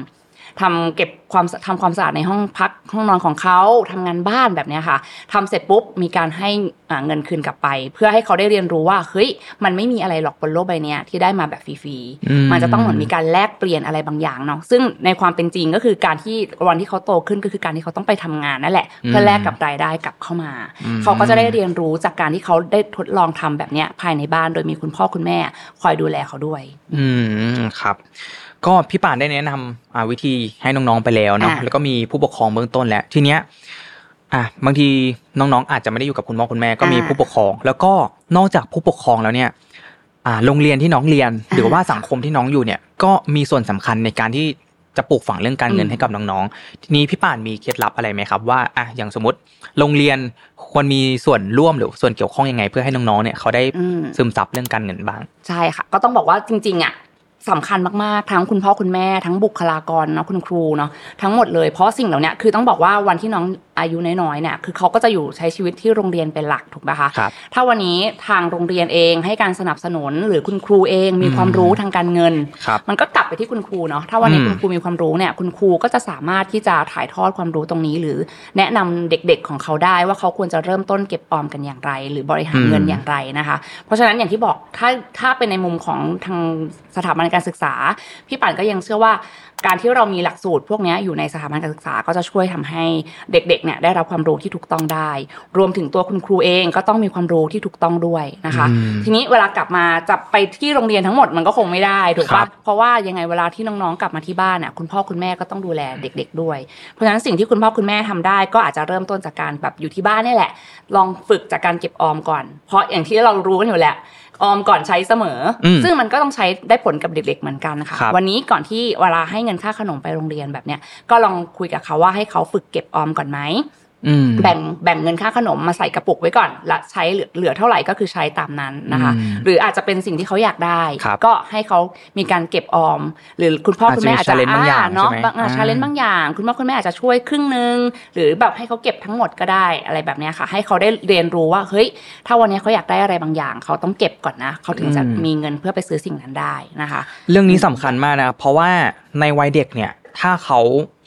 [SPEAKER 3] ทำเก็บความทำความสะอาดในห้องพักห้องนอนของเขาทำงานบ้านแบบเนี้ยค่ะทำเสร็จปุ๊บมีการให้อ่าเงินคืนกลับไป เพื่อให้เขาได้เรียนรู้ว่าเฮ้ยมันไม่มีอะไรหรอกบนโลกใบเนี้ยที่ได้มาแบบฟรีๆ
[SPEAKER 1] อื
[SPEAKER 3] มันจะต้องเหมือนมีการแลกเปลี่ยนอะไรบางอย่างเนาะซึ่งในความเป็นจริงก็คือการที่วันที่เขาโตขึ้นก็คือการที่เขาต้องไปทำงานนั่นแหละ เพื่อแลกกับรายได้กลับเข้ามา
[SPEAKER 1] อืม
[SPEAKER 3] เขาก็จะได้เรียนรู้จากการที่เขาได้ทดลองทำแบบเนี้ยภายในบ้านโดยมีคุณพ่อคุณแม่คอยดูแลเขาด้วย
[SPEAKER 1] อืมครับ ก็พี่ป่านได้แนะนำอ่าวิธีให้น้องๆไปแล้วเนาะ
[SPEAKER 3] อ่ะ
[SPEAKER 1] แล้วก็มีผู้ปกครองเบื้องต้นแล้วทีเนี้ยอ่ะบางทีน้องๆอาจจะไม่ได้อยู่กับคุณพ่อคุณแม่ก็มี
[SPEAKER 3] อ่า
[SPEAKER 1] ผู้ปกครอง แล้วก็นอกจากผู้ปกครองแล้วเนี่ยอ่าโรงเรียนที่น้องเรียน หรือว่าสังคมที่น้องอยู่เนี่ย ก็มีส่วนสำคัญในการที่จะปลูกฝังเรื่องการเงิน
[SPEAKER 3] อืม
[SPEAKER 1] ให้กับน้องๆทีนี้พี่ป่านมีเคล็ดลับอะไรไหมครับ ว่าอ่ะอย่างสมมติโรงเรียนควรมีส่วนร่วมหรือส่วนเกี่ยวข้องยังไง เพื่อให้น้องๆเนี่ยเขาได้
[SPEAKER 3] อืม
[SPEAKER 1] ซึมซับเรื่องการเงินบ้าง
[SPEAKER 3] ใช่ค่ะ ก็ต้องบอกว่าจริงๆอ่ะสำคัญมากๆ ทั้งคุณพ่อคุณแม่ทั้งบุคลากรเนาะคุณครูเนาะทั้งหมดเลยเพราะสิ่งเหล่าเนี้ยคือต้องบอกว่าวันที่น้องอายุน้อยๆเนี่ยคือเขาก็จะอยู่ใช้ชีวิตที่โรงเรียนเป็นหลักถูกไหมคะ
[SPEAKER 1] ครับ
[SPEAKER 3] ถ้าวันนี้ทางโรงเรียนเองให้การสนับสนุนหรือคุณครูเองมี
[SPEAKER 1] อืม
[SPEAKER 3] ความรู้ทางการเงิน
[SPEAKER 1] ครับ
[SPEAKER 3] มันก็กลับไปที่คุณครูเนาะถ้าวันนี้
[SPEAKER 1] อืม
[SPEAKER 3] คุณครูมีความรู้เนี่ยคุณครูก็จะสามารถที่จะถ่ายทอดความรู้ตรงนี้ หรือแนะนำเด็กๆของเขาได้ว่าเขาควรจะเริ่มต้นเก็บออมกันอย่างไร หรือบริหารเงิน
[SPEAKER 1] อืม
[SPEAKER 3] อย่างไรนะคะ เพราะฉะนั้นอย่างที่บอกถ้าถ้าเป็นในมุมของทางสถาบันการศึกษา พี่ป่านก็ยังเชื่อว่า การที่เรามีหลักสูตรพวกเนี้ยอยู่ในสถาบันการศึกษาก็จะช่วยทำให้เด็กๆเนี่ยได้รับความรู้ที่ถูกต้องได้ รวมถึงตัวคุณครูเองก็ต้องมีความรู้ที่ถูกต้องด้วยนะคะ
[SPEAKER 1] อืม
[SPEAKER 3] ทีนี้เวลากลับมาจะไปที่โรงเรียนทั้งหมดมันก็คงไม่ได้ถูก
[SPEAKER 1] ครั
[SPEAKER 3] ปะ
[SPEAKER 1] บ
[SPEAKER 3] เพราะว่ายังไงเวลาที่น้องๆกลับมาที่บ้านน่ะคุณพ่อคุณแม่ก็ต้องดูแลเด็ก ๆ ด้วย เพราะฉะนั้นสิ่งที่คุณพ่อคุณแม่ทำได้ก็อาจจะเริ่มต้นจากการแบบอยู่ที่บ้านนี่แหละ ลองฝึกจากการเก็บออมก่อน เพราะอย่างที่เรารู้กันอยู่แหละออมก่อนใช้เสมออ
[SPEAKER 1] ม
[SPEAKER 3] ซึ่งมันก็ต้องใช้ได้ผลกับเด็กๆเหมือนกันค่ะ
[SPEAKER 1] ครับ
[SPEAKER 3] วันนี้ก่อนที่เวลาให้เงินค่าขนมไปโรงเรียนแบบเนี้ยก็ลองคุยกับเขาว่าให้เขาฝึกเก็บออมก่อนไหม
[SPEAKER 1] อืม
[SPEAKER 3] แบ่งแบ่งเงินค่าขนมมาใส่กระปุกไว้ก่อน และใช้เหลือเหลือเท่าไหร่ก็คือใช้ตามนั้นนะคะ
[SPEAKER 1] อืม
[SPEAKER 3] หรืออาจจะเป็นสิ่งที่เขาอยากได้
[SPEAKER 1] ครับ
[SPEAKER 3] ก็ให้เขามีการเก็บออม หรือคุณพ่อ
[SPEAKER 1] อาจ
[SPEAKER 3] คุณ
[SPEAKER 1] จะมี
[SPEAKER 3] แม่อาจจะ
[SPEAKER 1] challenge บางอย่าง
[SPEAKER 3] เนาะ
[SPEAKER 1] ใช่ไหม
[SPEAKER 3] บางอ่า
[SPEAKER 1] อ่า
[SPEAKER 3] ชาเลนบางอย่าง คุณพ่อคุณแม่อาจจะช่วยครึ่งหนึ่งหรือแบบให้เขาเก็บทั้งหมดก็ได้อะไรแบบเนี้ยค่ะ ให้เขาได้เรียนรู้ว่าเฮ้ยถ้าวันนี้เขาอยากได้อะไรบางอย่าง เขาต้องเก็บก่อนนะเขาถึงจะมีเงินเพื่อไปซื้อสิ่งนั้นได้นะคะ
[SPEAKER 1] เรื่องนี้สำคัญมากนะครับเพราะว่าในวัยเด็กเนี่ย ถ้าเขา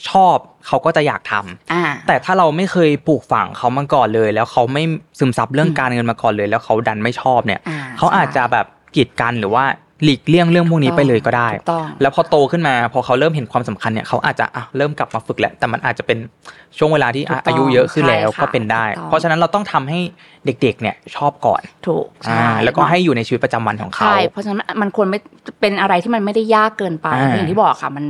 [SPEAKER 1] ชอบเขาก็จะอยากทำ
[SPEAKER 3] อ่า
[SPEAKER 1] แต่ถ้าเราไม่เคยปลูกฝังเขามาก่อนเลย แล้วเขาไม่ซึมซับเรื่อง
[SPEAKER 3] อืม
[SPEAKER 1] การเงินมาก่อนเลย แล้วเขาดันไม่ชอบเนี่ย
[SPEAKER 3] อ่
[SPEAKER 1] เขาอาจจะแบบกีดกันหรือว่าหลีกเลี่ยงเรื่องพวกนี้ไปเลยก็ได้
[SPEAKER 3] ถูกต้อง
[SPEAKER 1] แล้วพอโตขึ้นมาพอเขาเริ่มเห็นความสำคัญเนี่ยเขาอาจจะอ่ะเริ่มกลับมาฝึกแหละแต่มันอาจจะเป็นช่วงเวลาที่อ่ะ
[SPEAKER 3] ถูกต้อง
[SPEAKER 1] อายุเยอะขึ้นแล้ว
[SPEAKER 3] ใช่ค่ะ
[SPEAKER 1] ก็เป็นได้
[SPEAKER 3] ถูกต้อง
[SPEAKER 1] เพราะฉะนั้นเราต้องทำให้เด็กๆเนี่ยชอบก่อน
[SPEAKER 3] ถูกใช่
[SPEAKER 1] อ่าแล้วก็ให้อยู่ในชีวิตประจำวันของเขา
[SPEAKER 3] ใช่ เพราะฉะนั้นมันควรไม่เป็นอะไรที่มันไม่ได้ยากเกินไป
[SPEAKER 1] อ่า
[SPEAKER 3] อย่างที่บอกค่ะ มัน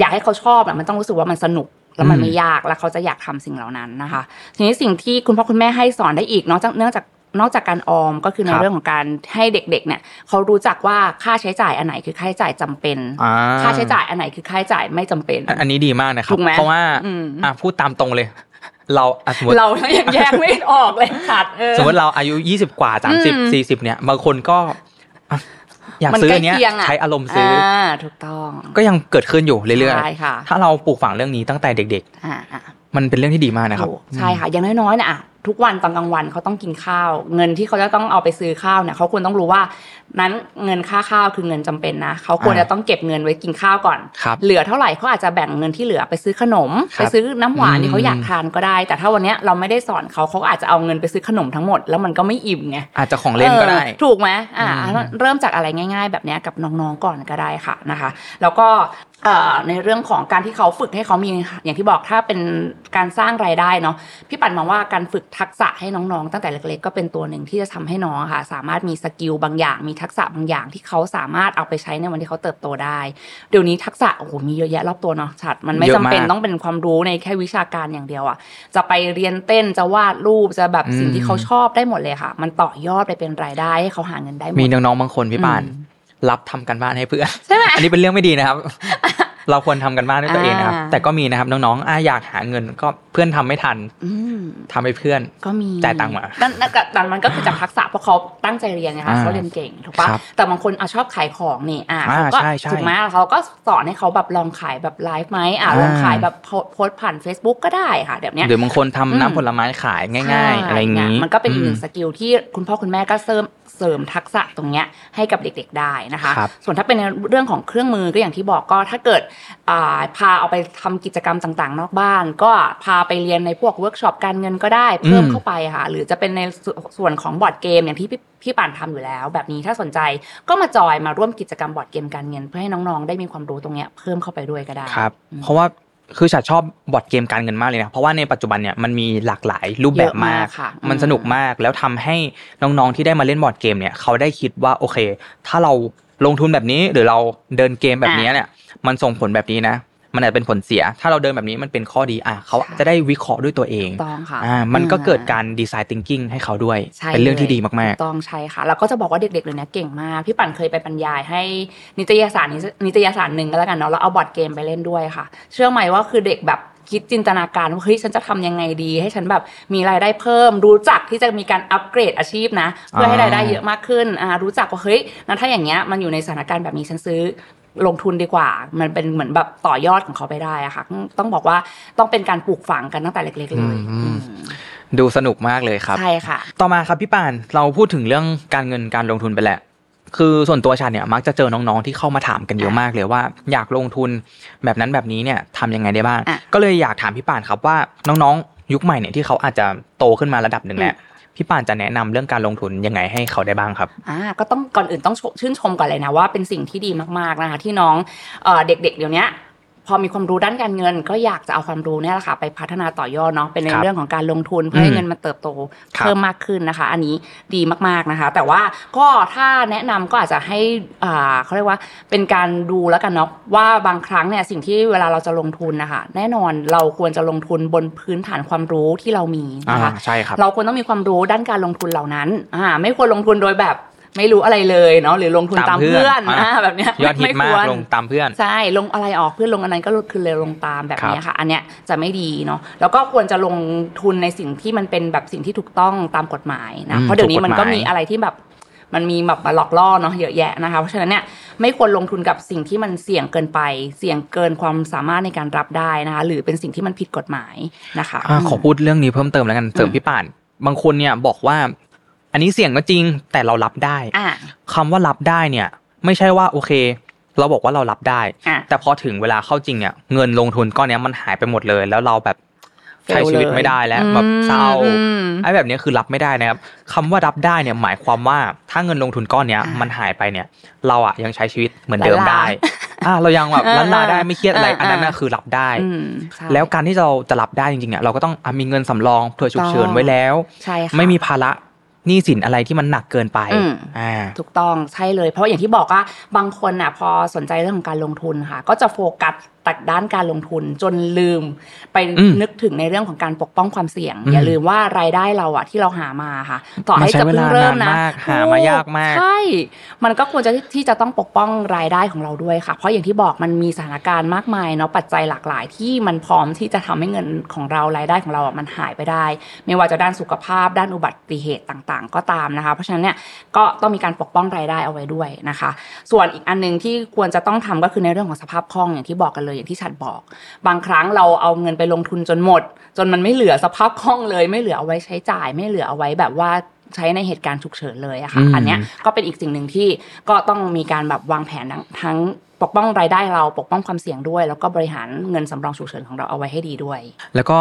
[SPEAKER 3] อยากให้เขาชอบอะมันต้องรู้สึกว่ามันสนุกแล้วมัน
[SPEAKER 1] อืม
[SPEAKER 3] ไม่ยากแล้วเขาจะอยากทำสิ่งเหล่านั้นนะคะ ทีนี้สิ่งที่คุณพ่อคุณแม่ให้สอนได้อีกเนอกจากเนื่องจาก นอกจากการออมก็คือใน
[SPEAKER 1] ครับ
[SPEAKER 3] เรื่องของการให้เด็กๆเนี่ยเขารู้จักว่าค่าใช้จ่ายอันไหนคือค่าใช้จ่ายจำเป็น
[SPEAKER 1] อ่
[SPEAKER 3] ค่าใช้จ่ายอันไหนคือค่าใช้จ่ายไม่จำเป็น
[SPEAKER 1] อันอันนี้ดีมากนะครับ
[SPEAKER 3] ถูกไหม
[SPEAKER 1] เพราะว่า
[SPEAKER 3] อืม
[SPEAKER 1] อ่ะพูดตามตรงเลย เราอ่ะสมมติ
[SPEAKER 3] เรายังแยกไม่ออกเลยขาดเออ
[SPEAKER 1] สมมติเราอายุ 20 กว่า
[SPEAKER 3] อืม
[SPEAKER 1] 30 40 เนี่ย บางคนก็อ่ะอยากซื้ออันเนี้ย
[SPEAKER 3] มัใกล้คีงะ
[SPEAKER 1] ใช้อารมณ์ซื้ออ
[SPEAKER 3] ถูกต้อง
[SPEAKER 1] ก็ยังเกิดขึ้นอยู่เรื่อย
[SPEAKER 3] ใช่ค่ะ
[SPEAKER 1] ๆ ถ้าเราปลูกฝังเรื่องนี้ตั้งแต่เด็ก
[SPEAKER 3] อ่าอ่า
[SPEAKER 1] ๆ มันเป็นเรื่องที่ดีมากนะครับ
[SPEAKER 3] ถูกใช่ค่ะอย่างน้อยๆนะอะทุกวันตอนกลางวันเขาต้องกินข้าว เงินที่เขาจะต้องเอาไปซื้อข้าวเนี่ยเขาควรต้องรู้ว่า นั้นเงินค่าข้าวคือเงินจำเป็นนะเขาควร
[SPEAKER 1] อ่า
[SPEAKER 3] จะต้องเก็บเงินไว้กินข้าวก่อน
[SPEAKER 1] ครับ
[SPEAKER 3] เหลือเท่าไหร่เขาอาจจะแบ่งเงินที่เหลือไปซื้อขนม
[SPEAKER 1] ครับ
[SPEAKER 3] ไปซื้อน้ำหวาน
[SPEAKER 1] อืม
[SPEAKER 3] ที่เขาอยากทานก็ได้ แต่ถ้าวันเนี้ยเราไม่ได้สอนเขาเขาก็อาจจะเอาเงินไปซื้อขนมทั้งหมดแล้วมันก็ไม่อิ่มไง
[SPEAKER 1] อาจจะของเล่นก็ได้
[SPEAKER 3] ออถูกไหมอ่า
[SPEAKER 1] อืม
[SPEAKER 3] เริ่มจากอะไรง่าย ๆ แบบเนี้ยกับน้องๆก่อนก็ได้ค่ะนะคะ แล้วก็เอ่อในเรื่องของการที่เขาฝึกให้เขามีอย่างที่บอกถ้าเป็นการสร้างรายได้เนาะพี่ปันมองว่าการฝึกทักษะให้น้องๆ ตั้งแต่เล็กๆก็เป็นตัวหนึ่งที่จะทำให้น้องอะค่ะ สามารถมีสกิลบางอย่างมีทักษะบางอย่างที่เขาสามารถเอาไปใช้ในวันที่เขาเติบโตได้ เดี๋ยวนี้ทักษะโอ้โหมีเยอะแยะรอบตัวเนาะชัดมันไม่
[SPEAKER 1] เย
[SPEAKER 3] จำ
[SPEAKER 1] อะมาก
[SPEAKER 3] เป็นต้องเป็นความรู้ในแค่วิชาการอย่างเดียวอะจะไปเรียนเต้นจะวาดรูปจะแบบสิ่งที่เขา
[SPEAKER 1] อืม
[SPEAKER 3] ชอบได้หมดเลยค่ะ มันต่อยอดไปเป็นรายได้ให้เขาหาเงินได้หมด
[SPEAKER 1] มีน้องๆบางคนพี่ปาน
[SPEAKER 3] อืม
[SPEAKER 1] รับทำกันบ้านให้เพื่อน
[SPEAKER 3] ใช่ไหม
[SPEAKER 1] อันนี้เป็นเรื่องไม่ดีนะครับ เราควรทำกันบ้านด้วยตัวเองนะครับ
[SPEAKER 3] อ่า
[SPEAKER 1] แต่ก็มีนะครับน้องๆอ่ะอยากหาเงินก็เพื่อนทำไม่ทัน
[SPEAKER 3] อืม
[SPEAKER 1] ทำให้เพื่อน
[SPEAKER 3] ก็มี
[SPEAKER 1] จ่ายตังค์มา
[SPEAKER 3] นั่นนั่นก็แต่มันก็คือจากทักษะเพราะเขาตั้งใจเรียนไงคะ
[SPEAKER 1] อ่า
[SPEAKER 3] เขาเรียนเก่งถูกปะ
[SPEAKER 1] ครับ
[SPEAKER 3] แต่บางคนอะชอบขายของนี่อ่ะ
[SPEAKER 1] อ่า
[SPEAKER 3] เขาก็
[SPEAKER 1] ใช่ใช่
[SPEAKER 3] ถูกไหมเขาก็สอนให้เขาแบบลองขายแบบไลฟ์ไหมอ่ะ
[SPEAKER 1] อ่า
[SPEAKER 3] ลองขายแบบโพโพสต์ผ่าน Facebook ก็ได้ค่ะแบบเนี้ย
[SPEAKER 1] หรือบางคนทำ
[SPEAKER 3] อืม
[SPEAKER 1] น้ำผลไม้ขายง่าย ๆ อะไรอย่าง
[SPEAKER 3] นี้
[SPEAKER 1] นี้
[SPEAKER 3] มันก็เป็นอีกหนึ่ง
[SPEAKER 1] ม
[SPEAKER 3] สกิลที่คุณพ่อคุณแม่ก็เสริมเสริมทักษะตรงเนี้ยให้กับเด็ก ๆได้นะคะ
[SPEAKER 1] ครับ
[SPEAKER 3] ส่วนถ้าเป็นในเรื่องของเครื่องมือก็อย่างที่บอกก็ถ้าเกิดอ่าพาเอาไปทำกิจกรรมต่างๆ นอกบ้าน ก็พาไปเรียนในพวกเวิร์กช็อปการเงินก็ได้เพิ่ม
[SPEAKER 1] อืม
[SPEAKER 3] เข้าไปค่ะ หรือจะเป็นในสส่วนของบอร์ดเกมอย่างที่พี่พี่ป่านทำอยู่แล้ว แบบนี้ถ้าสนใจก็มาจอยมาร่วมกิจกรรมบอร์ดเกมการเงิน เพื่อให้น้องๆ ได้มีความรู้ตรงเนี้ยเพิ่มเข้าไปด้วยก็ได้
[SPEAKER 1] ครับ
[SPEAKER 3] อืม
[SPEAKER 1] เพราะว่าคือฉันชอบบอร์ดเกมการเงินมากเลยนะ เพราะว่าในปัจจุบันเนี่ยมันมีหลากหลายรูปแบบมาก
[SPEAKER 3] เยอะมากค่ะอืม
[SPEAKER 1] มันสนุกมากแล้วทำให้น้องๆที่ได้มาเล่นบอร์ดเกมเนี่ยเขาได้คิดว่าโอเค ถ้าเราลงทุนแบบนี้หรือเราเดินเกมแบบนี้เนี่ยมันส่งผลแบบนี้นะ มันอาจเป็นผลเสีย ถ้าเราเดินแบบนี้มันเป็นข้อดีอ่ะเขา
[SPEAKER 3] ใช่
[SPEAKER 1] จะได้วิเคราะห์ด้วยตัวเอง
[SPEAKER 3] ถูกต้องค่ะ
[SPEAKER 1] อ่ามันก็เกิดการดีไซน์ทิงกิ้งให้เขาด้วย
[SPEAKER 3] ใช่
[SPEAKER 1] เป็นเรื่องที่ดี
[SPEAKER 3] ล
[SPEAKER 1] มาย ก
[SPEAKER 3] ถูต้องใช่ค่ะ แล้วก็จะบอกว่าเด็กๆเลยนะเก่งมาก พี่ปั่นเคยไปบรรยายให้นิตยสารนิสนิตยสารหนึ่งก็แล้วกันเนาะแล้วเอาบอร์ดเกมไปเล่นด้วยค่ะ เชื่อไหมว่าคือเด็กแบบคิดจินตนาการว่าเฮ้ยฉันจะทำยังไงดี ให้ฉันแบบมีรายได้เพิ่ม รู้จักที่จะมีการอัปเกรดอาชีพนะ เพื่อ
[SPEAKER 1] อ่าร
[SPEAKER 3] ให้ายได้เยอะมากขึ้นอ่ารู้จักว่าเฮ้ยนั้นถ้าอย่างเงี้ยมันอยู่ในสถานการณ์แบบนี้ฉันซื้อลงทุนดีกว่า มันเป็นเหมือนแบบต่อยอดของเขาไปได้อะค่ะ ต้องบอกว่าต้องเป็นการปลูกฝังกันตั้งแต่เล็ก ๆ เลย
[SPEAKER 1] อืม
[SPEAKER 3] อืม
[SPEAKER 1] ๆ ดูสนุกมากเลยครับ
[SPEAKER 3] ใช่ค่ะ
[SPEAKER 1] ต่อมาครับพี่ป่านเราพูดถึงเรื่องการเงินการลงทุนไปแหละ คือส่วนตัวฉันเนี่ยมักจะเจอน้องๆที่เข้ามาถามกันเยอะมากเลยว่า อยากลงทุนแบบนั้นแบบนี้เนี่ยทำยังไงได้บ้าง
[SPEAKER 3] อ่ะ
[SPEAKER 1] ก็เลยอยากถามพี่ป่านครับว่าน้องๆ ยุคใหม่เนี่ยที่เขาอาจจะโตขึ้นมาระดับหนึ่งแหละพี่ป่านจะแนะนำเรื่องการลงทุนยังไงให้เขาได้บ้างครับ
[SPEAKER 3] อ่าก็ต้องก่อนอื่นต้องชชื่นชมก่อนเลยนะว่าเป็นสิ่งที่ดีมากๆนะคะที่น้องเอ่อเด็กๆเดี๋ยวเนี้ยพอมีความรู้ด้านการเงิน ก็อยากจะเอาความรู้เนี่ยแหละค่ะไปพัฒนาต่อยอดเนาะเป็นใน
[SPEAKER 1] ครับ
[SPEAKER 3] เรื่องของการลงทุนเพื่อให้
[SPEAKER 1] อืม
[SPEAKER 3] เงินมันเติบโต
[SPEAKER 1] ครับ
[SPEAKER 3] เพิ่มมากขึ้นนะคะ อันนี้ดีมากๆนะคะ แต่ว่าก็ถ้าแนะนำก็อาจจะให้อ่าเขาเรียกว่าเป็นการดูแล้วกันเนาะว่าบางครั้งเนี่ยสิ่งที่เวลาเราจะลงทุนนะคะแน่นอนเราควรจะลงทุนบนพื้นฐานความรู้ที่เรามีนะคะ
[SPEAKER 1] าใช่ครับ
[SPEAKER 3] เราควรต้องมีความรู้ด้านการลงทุนเหล่านั้นอ่าไม่ควรลงทุนโดยแบบไม่รู้อะไรเลยเนาะหรือลงทุนตา
[SPEAKER 1] ตามมเพื่
[SPEAKER 3] เพื่อ
[SPEAKER 1] อน น
[SPEAKER 3] อ่า
[SPEAKER 1] อ่ะ
[SPEAKER 3] แบบเนี้ย
[SPEAKER 1] ยอดฮิตมาก
[SPEAKER 3] ไควร
[SPEAKER 1] ลงตามเพื่อน
[SPEAKER 3] ใช่ลงอะไรออกเพื่อนลงอันนั้นก็ลดคือเลยลงตามแบบเนี้ยค่ะ อันเนี้ยจะไม่ดีเนาะแล้วก็ควรจะลงทุนในสิ่งที่มันเป็นแบบสิ่งที่ถูกต้องตามกฎหมายนะ
[SPEAKER 1] อืม
[SPEAKER 3] เพราะเดี๋ยวนี้มันก็
[SPEAKER 1] ถูกกฎหมาย
[SPEAKER 3] มีอะไรที่แบบมันมีแบบมาหลอกล่อเนาะเยอะแยะนะคะเพราะฉะนั้นเนี่ยไม่ควรลงทุนกับสิ่งที่มันเสี่ยงเกินไป เสี่ยงเกินความสามารถในการรับได้นะคะ หรือเป็นสิ่งที่มันผิดกฎหมายนะคะ
[SPEAKER 1] อ่าขอพูดเรื่องนี้เพิ่มเติมแล้วกันเสริม
[SPEAKER 3] อืม
[SPEAKER 1] พี่ป่าน บางคนเนี่ยบอกว่า อันนี้เสี่ยงก็จริงแต่เรารับได้
[SPEAKER 3] อ่า
[SPEAKER 1] คำว่ารับได้เนี่ย ไม่ใช่ว่าโอเค เราบอกว่าเรารับได้
[SPEAKER 3] อ่า
[SPEAKER 1] แต่พอถึงเวลาเข้าจริงเนี่ยเงินลงทุนก้อนเนี้ยมันหายไปหมดเลย แล้วเราแบบใช้ชีวิตไม่ได้แล้วแบบเศร้า
[SPEAKER 3] อืม
[SPEAKER 1] ไอ้แบบเนี้ยคือรับไม่ได้นะครับคำว่ารับได้เนี่ยหมายความว่าถ้าเงินลงทุนก้อนเนี้ย
[SPEAKER 3] อ่ามั
[SPEAKER 1] มันหายไปเนี่ย เราอะยังใช้ชีวิตเหมือนเดิม
[SPEAKER 3] ล้านลา
[SPEAKER 1] ได้อ่าเรายังแบบ
[SPEAKER 3] เออ
[SPEAKER 1] ล้านลาได้ไม่เครียดอะไร
[SPEAKER 3] เอออั
[SPEAKER 1] อันนั้นน่ะคือรับได้
[SPEAKER 3] อืมใช่
[SPEAKER 1] แล้วการที่เราจะรับได้จริงๆเนี่ยเราก็ต้องอ่ะมีเงินสำรองเผื่อฉุกเฉินไว้แล้ว
[SPEAKER 3] ใช่ค่ะ
[SPEAKER 1] ไม่มีภาระ หนี้สินอะไรที่มันหนักเกินไป
[SPEAKER 3] อืม
[SPEAKER 1] อ่า
[SPEAKER 3] ถูกต้องใช่เลยเพราะอย่างที่บอกว่าบางคนน่ะพอสนใจเรื่องของการลงทุนค่ะ ก็จะโฟกัสแต่ด้านการลงทุนจนลืม ไป
[SPEAKER 1] อืม
[SPEAKER 3] นึกถึงในเรื่องของการปกป้องความเสี่ยง
[SPEAKER 1] อืม
[SPEAKER 3] อย่าลืมว่ารายได้เราอะที่เราหามาค่ะ ต่อให้จะเพิ่งเริ่มนะ
[SPEAKER 1] มันใช้เวลานานมากหามายากมาก
[SPEAKER 3] ใช่มันก็ควรจะที่จะต้องปกป้องรายได้ของเราด้วยค่ะ เพราะอย่างที่บอกมันมีสถานการณ์มากมายเนาะปัจจัยหลากหลาย ที่มันพร้อมที่จะทำให้เงินของเรารายได้ของเราอะมันหายไปได้ ไม่ว่าจะด้านสุขภาพด้านอุบัติเหตุต่างๆ ก็ตามนะคะ เพราะฉะนั้นเนี่ยก็ต้องมีการปกป้องรายได้เอาไว้ด้วยนะคะ ส่วนอีกอันหนึงที่ควรจะต้องทำก็คือในเรื่องของสภาพคล่องอย่างที่บอกกันเลยอย่างที่ชัดบอก บางครั้งเราเอาเงินไปลงทุนจนหมด จนมันไม่เหลือสภาพคล่องเลย ไม่เหลือเอาไว้ใช้จ่าย ไม่เหลือเอาไว้แบบว่าใช้ในเหตุการณ์ฉุกเฉินเลยอะค่ะ
[SPEAKER 1] อืม
[SPEAKER 3] อันเนี้ยก็เป็นอีกสิ่งหนึ่งที่ก็ต้องมีการแบบวางแผนทั้งทั้งปกป้องรายได้เราปกป้องความเสี่ยงด้วย แล้วก็บริหารเงินสำรองฉุกเฉินของเราเอาไว้ให้ดีด้วย
[SPEAKER 1] แล้วก็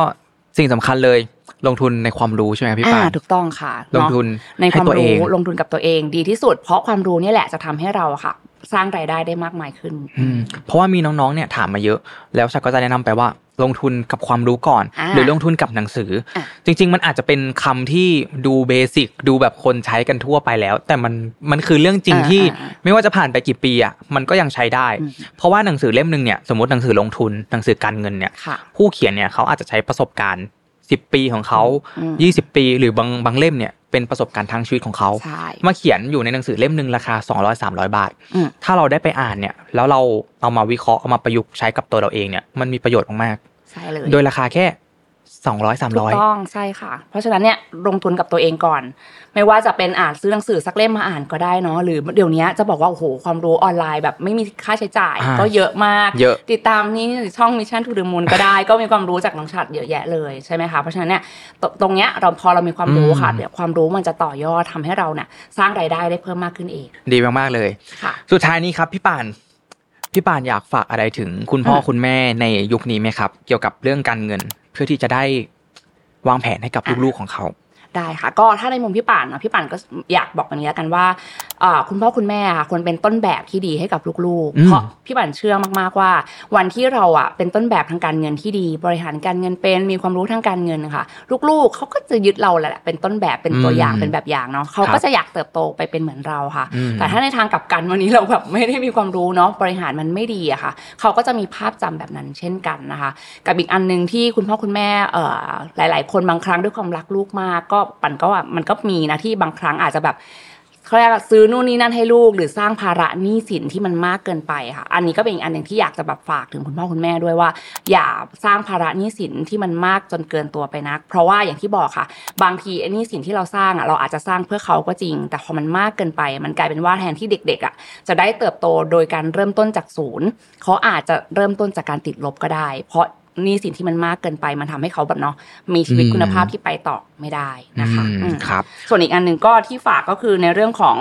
[SPEAKER 1] สิ่งสำคัญเลยลงทุนในความรู้ใช่ไหมครับพี่ปาน
[SPEAKER 3] อ่ถูกต้องค่ะ
[SPEAKER 1] ล
[SPEAKER 3] เนาะ
[SPEAKER 1] งทุน
[SPEAKER 3] ในค
[SPEAKER 1] ให้
[SPEAKER 3] วาม
[SPEAKER 1] ตัวเอ
[SPEAKER 3] รู้
[SPEAKER 1] ง
[SPEAKER 3] ลงทุนกับตัวเองดีที่สุด เพราะความรู้เนี่ยแหละจะทำให้เราอะค่ะ สร้างรายได้ได้มากมายขึ้น
[SPEAKER 1] อืมเพราะว่ามีน้องๆ เนี่ยถามมาเยอะ แล้วชักก็จะแนะนำไปว่าลงทุนกับความรู้ก่อน
[SPEAKER 3] อ่า
[SPEAKER 1] หรือลงทุนกับหนังสืออะ จริง ๆ มันอาจจะเป็นคำที่ดูเบสิกดูแบบคนใช้กันทั่วไปแล้ว แต่มันมันคือเรื่องจริงที่
[SPEAKER 3] อ่า
[SPEAKER 1] ไม่ว่าจะผ่านไปกี่ปีอ่ะมันก็ยังใช้ได้
[SPEAKER 3] อืม
[SPEAKER 1] เพราะว่าหนังสือเล่มหนึ่งเนี่ยสมมติหนังสือลงทุนหนังสือการเงินเนี่ย
[SPEAKER 3] ๆค่ะ
[SPEAKER 1] ผู้เขียนเนี่ยเขาอาจจะใช้ประสบการณ์ 10 ปีของเขา
[SPEAKER 3] อืม
[SPEAKER 1] 20 ปี หรือบางบางเล่มเนี่ยเป็นประสบการณ์ทางชีวิตของเขา
[SPEAKER 3] ใช่
[SPEAKER 1] มาเขียนอยู่ในหนังสือเล่มหนึ่งราคา 200 300 บาท
[SPEAKER 3] อืม
[SPEAKER 1] ถ้าเราได้ไปอ่านเนี่ย แล้วเราเอามาวิเคราะห์เอามาประยุกต์ใช้กับตัวเราเองเนี่ย มันมีประโยชน์มาก
[SPEAKER 3] ใช่เลย
[SPEAKER 1] ๆ โดยราคาแค่ 200
[SPEAKER 3] ถูก
[SPEAKER 1] 300
[SPEAKER 3] ต้องใช่ค่ะ เพราะฉะนั้นเนี่ยลงทุนกับตัวเองก่อน ไม่ว่าจะเป็นอ่านซื้อหนังสือสักเล่มมาอ่านก็ได้เนาะหรือเดี๋ยวนี้จะบอกว่าโอ้โหความรู้ออนไลน์แบบไม่มีค่าใช้จ่าย
[SPEAKER 1] อ่า
[SPEAKER 3] ก็เยอะมาก
[SPEAKER 1] เยอะ
[SPEAKER 3] ติดตามนี่ช่อง Mission to the Moon ก็ได้ ก็มีความรู้จากน้องฉัดเยอะแยะเลยใช่ไหมคะเพราะฉะนั้นเนี่ยตตรงเนี้ยเราพอเรามีความรู้ค่ะ
[SPEAKER 1] อืม
[SPEAKER 3] เดี๋ยวความรู้มันจะต่อยอดทำให้เราเนี่ยสร้างรายได้ได้เพิ่มมากขึ้นเอง
[SPEAKER 1] ดีมากๆเลย
[SPEAKER 3] ค่ะ
[SPEAKER 1] สุดท้ายนี้ครับพี่ป่าน พี่ป่านอยากฝากอะไรถึงคุณพ่อ
[SPEAKER 3] อืม
[SPEAKER 1] คุณแม่ในยุคนี้ไหมครับ เกี่ยวกับเรื่องการเงิน เพื่อที่จะได้วางแผนให้กับ
[SPEAKER 3] อ่ะ
[SPEAKER 1] ลูกๆของเขา
[SPEAKER 3] ได้ค่ะก็ถ้าในมุมพี่ป่านเนาะพี่ป่านก็อยากบอกแบบนี้แล้วกันว่าเอ่อคุณพ่อคุณแม่ค่ะควรเป็นต้นแบบที่ดีให้กับลูก
[SPEAKER 1] อื
[SPEAKER 3] ๆ
[SPEAKER 1] ม
[SPEAKER 3] เพราะพี่ป่านเชื่อมากๆว่า วันที่เราอ่ะเป็นต้นแบบทางการเงินที่ดี บริหารการเงินเป็นมีความรู้ทางการเงินค่ะ ลูกๆเขาก็จะยึดเราแหละเป็นต้นแบบเป็นตัวอย่าง
[SPEAKER 1] อืม
[SPEAKER 3] เป็นแบบอย่างเนาะเขา
[SPEAKER 1] ครับ
[SPEAKER 3] ก็จะอยากเติบโตไปเป็นเหมือนเราค่ะ
[SPEAKER 1] อืม
[SPEAKER 3] แต่ถ้าในทางกลับกันวันนี้เราแบบไม่ได้มีความรู้เนาะบริหารมันไม่ดีอะค่ะ เขาก็จะมีภาพจำแบบนั้นเช่นกันนะคะ กับอีกอันหนึ่งที่คุณพ่อคุณแม่เอ่อหลาย ๆ คนบางครั้งด้วยความรักลูกมาก ก็ปันก็ว่ามันก็มีนะที่บางครั้งอาจจะแบบเขาเรียกว่าซื้อนู่นนี่นั่นให้ลูก หรือสร้างภาระหนี้สินที่มันมากเกินไปค่ะ อันนี้ก็เป็นอีกอันหนึ่งที่อยากจะแบบฝากถึงคุณพ่อคุณแม่ด้วยว่า อย่าสร้างภาระหนี้สินที่มันมากจนเกินตัวไปนัก เพราะว่าอย่างที่บอกค่ะ บางทีไอ้หนี้สินที่เราสร้างอ่ะเราอาจจะสร้างเพื่อเขาก็จริง แต่พอมันมากเกินไป มันกลายเป็นว่าแทนที่เด็ก ๆอ่ะจะได้เติบโตโดยการเริ่มต้นจากศูนย์ เขาอาจจะเริ่มต้นจากการติดลบก็ได้ เพราะหนี่สินที่มันมากเกินไปมันทำให้เขาแบบเนาะมีชีวิต
[SPEAKER 1] อืม
[SPEAKER 3] คุณภาพที่ไปต่อไม่ได้นะคะ
[SPEAKER 1] อืม
[SPEAKER 3] อืม
[SPEAKER 1] ครับ
[SPEAKER 3] ส่วนอีกอันหนึ่งก็ที่ฝากก็คือในเรื่องของ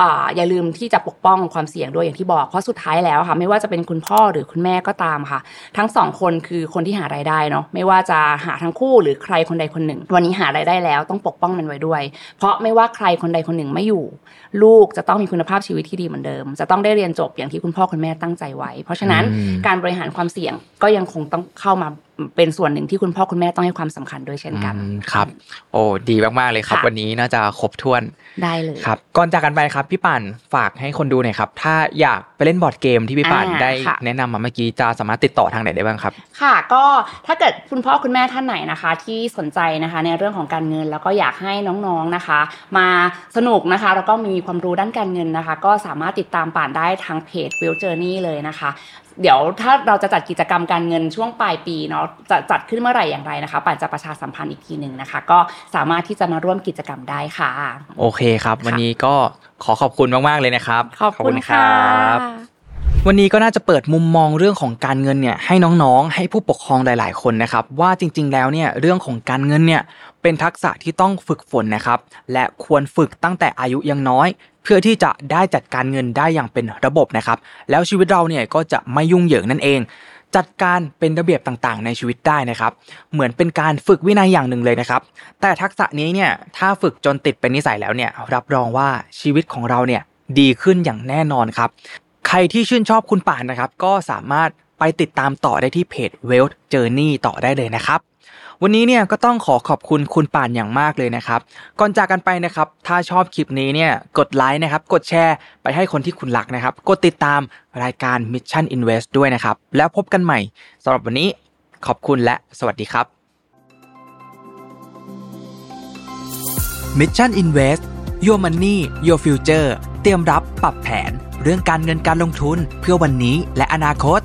[SPEAKER 3] อาอย่าลืมที่จะปกป้องความเสี่ยงด้วยอย่างที่บอก เพราะสุดท้ายแล้วค่ะ ไม่ว่าจะเป็นคุณพ่อหรือคุณแม่ก็ตามค่ะ ทั้งสองคนคือคนที่หารายได้เนาะไม่ว่าจะหาทั้งคู่หรือใครคนใดคนหนึ่ง วันนี้หารายได้แล้วต้องปกป้องมันไว้ด้วย เพราะไม่ว่าใครคนใดคนหนึ่งไม่อยู่ ลูกจะต้องมีคุณภาพชีวิตที่ดีเหมือนเดิม จะต้องได้เรียนจบอย่างที่คุณพ่อคุณแม่ตั้งใจไว้ เพราะฉะนั้น
[SPEAKER 1] อืม
[SPEAKER 3] การบริหารความเสี่ยงก็ยังคงต้องเข้ามาเป็นส่วนหนึ่งที่คุณพ่อคุณแม่ต้องให้ความสำคัญด้วยเช่นกัน
[SPEAKER 1] อืมครับ โอ้ดีมากๆเลยครับ
[SPEAKER 3] ค่ะ
[SPEAKER 1] วันนี้น่าจะครบถ้วน
[SPEAKER 3] ได้เลย
[SPEAKER 1] ครับก่อนจากกันไปครับพี่ป่านฝากให้คนดูหน่อยครับ ถ้าอยากไปเล่นบอร์ดเกมที่พี่ป่าน
[SPEAKER 3] อ่า
[SPEAKER 1] ได้
[SPEAKER 3] ค่ะ
[SPEAKER 1] แนะนำมาเมื่อกี้จะสามารถติดต่อทางไหนได้บ้างครับ
[SPEAKER 3] ค่ะก็ถ้าเกิดคุณพ่อคุณแม่ท่านไหนนะคะ ที่สนใจนะคะในเรื่องของการเงิน แล้วก็อยากให้น้องๆนะคะ มาสนุกนะคะ แล้วก็มีความรู้ด้านการเงินนะคะ ก็สามารถติดตามป่านได้ทางเพจ w e l l Journey เลยนะคะ เดี๋ยวถ้าเราจะจัดกิจกรรมการเงินช่วงปลายปีเนาะจะจัดขึ้นเมื่อไหร่อย่างไรนะคะป่านจะประชาสัมพันธ์อีกทีหนึ่งนะคะ ก็สามารถที่จะมาร่วมกิจกรรมได้ค่ะ
[SPEAKER 1] โอเคครับ วันนี้ก็ขอขอบคุณมากๆเลยนะครับ
[SPEAKER 3] ขอบคุณค่ะ
[SPEAKER 1] วันนี้ก็น่าจะเปิดมุมมองเรื่องของการเงินเนี่ยให้น้องๆ ให้ผู้ปกครองหลาย ๆ คนนะครับว่าจริง ๆ แล้วเนี่ยเรื่องของการเงินเนี่ยเป็นทักษะที่ต้องฝึกฝนนะครับ และควรฝึกตั้งแต่อายุยังน้อย เพื่อที่จะได้จัดการเงินได้อย่างเป็นระบบนะครับ แล้วชีวิตเราเนี่ยก็จะไม่ยุ่งเหยิงนั่นเอง จัดการเป็นระเบียบต่างๆ ในชีวิตได้นะครับ เหมือนเป็นการฝึกวินัยอย่างหนึ่งเลยนะครับ แต่ทักษะนี้เนี่ยถ้าฝึกจนติดเป็นนิสัยแล้วเนี่ยรับรองว่าชีวิตของเราเนี่ยดีขึ้นอย่างแน่นอนครับ ใครที่ชื่นชอบคุณป่านนะครับ ก็สามารถไปติดตามต่อได้ที่เพจ Wealth Journey ต่อได้เลยนะครับ วันนี้เนี่ยก็ต้องขอขอบคุณคุณป่านอย่างมากเลยนะครับ ก่อนจากกันไปนะครับ ถ้าชอบคลิปนี้เนี่ยกดไลค์นะครับ กดแชร์ไปให้คนที่คุณรักนะครับ กดติดตามรายการ Mission Invest ด้วยนะครับ แล้วพบกันใหม่สำหรับวันนี้ขอบคุณและสวัสดีครับ Mission Invest Your Money Your Future เตรียมรับปรับแผน เรื่องการเงินการลงทุนเพื่อวันนี้และอนาคต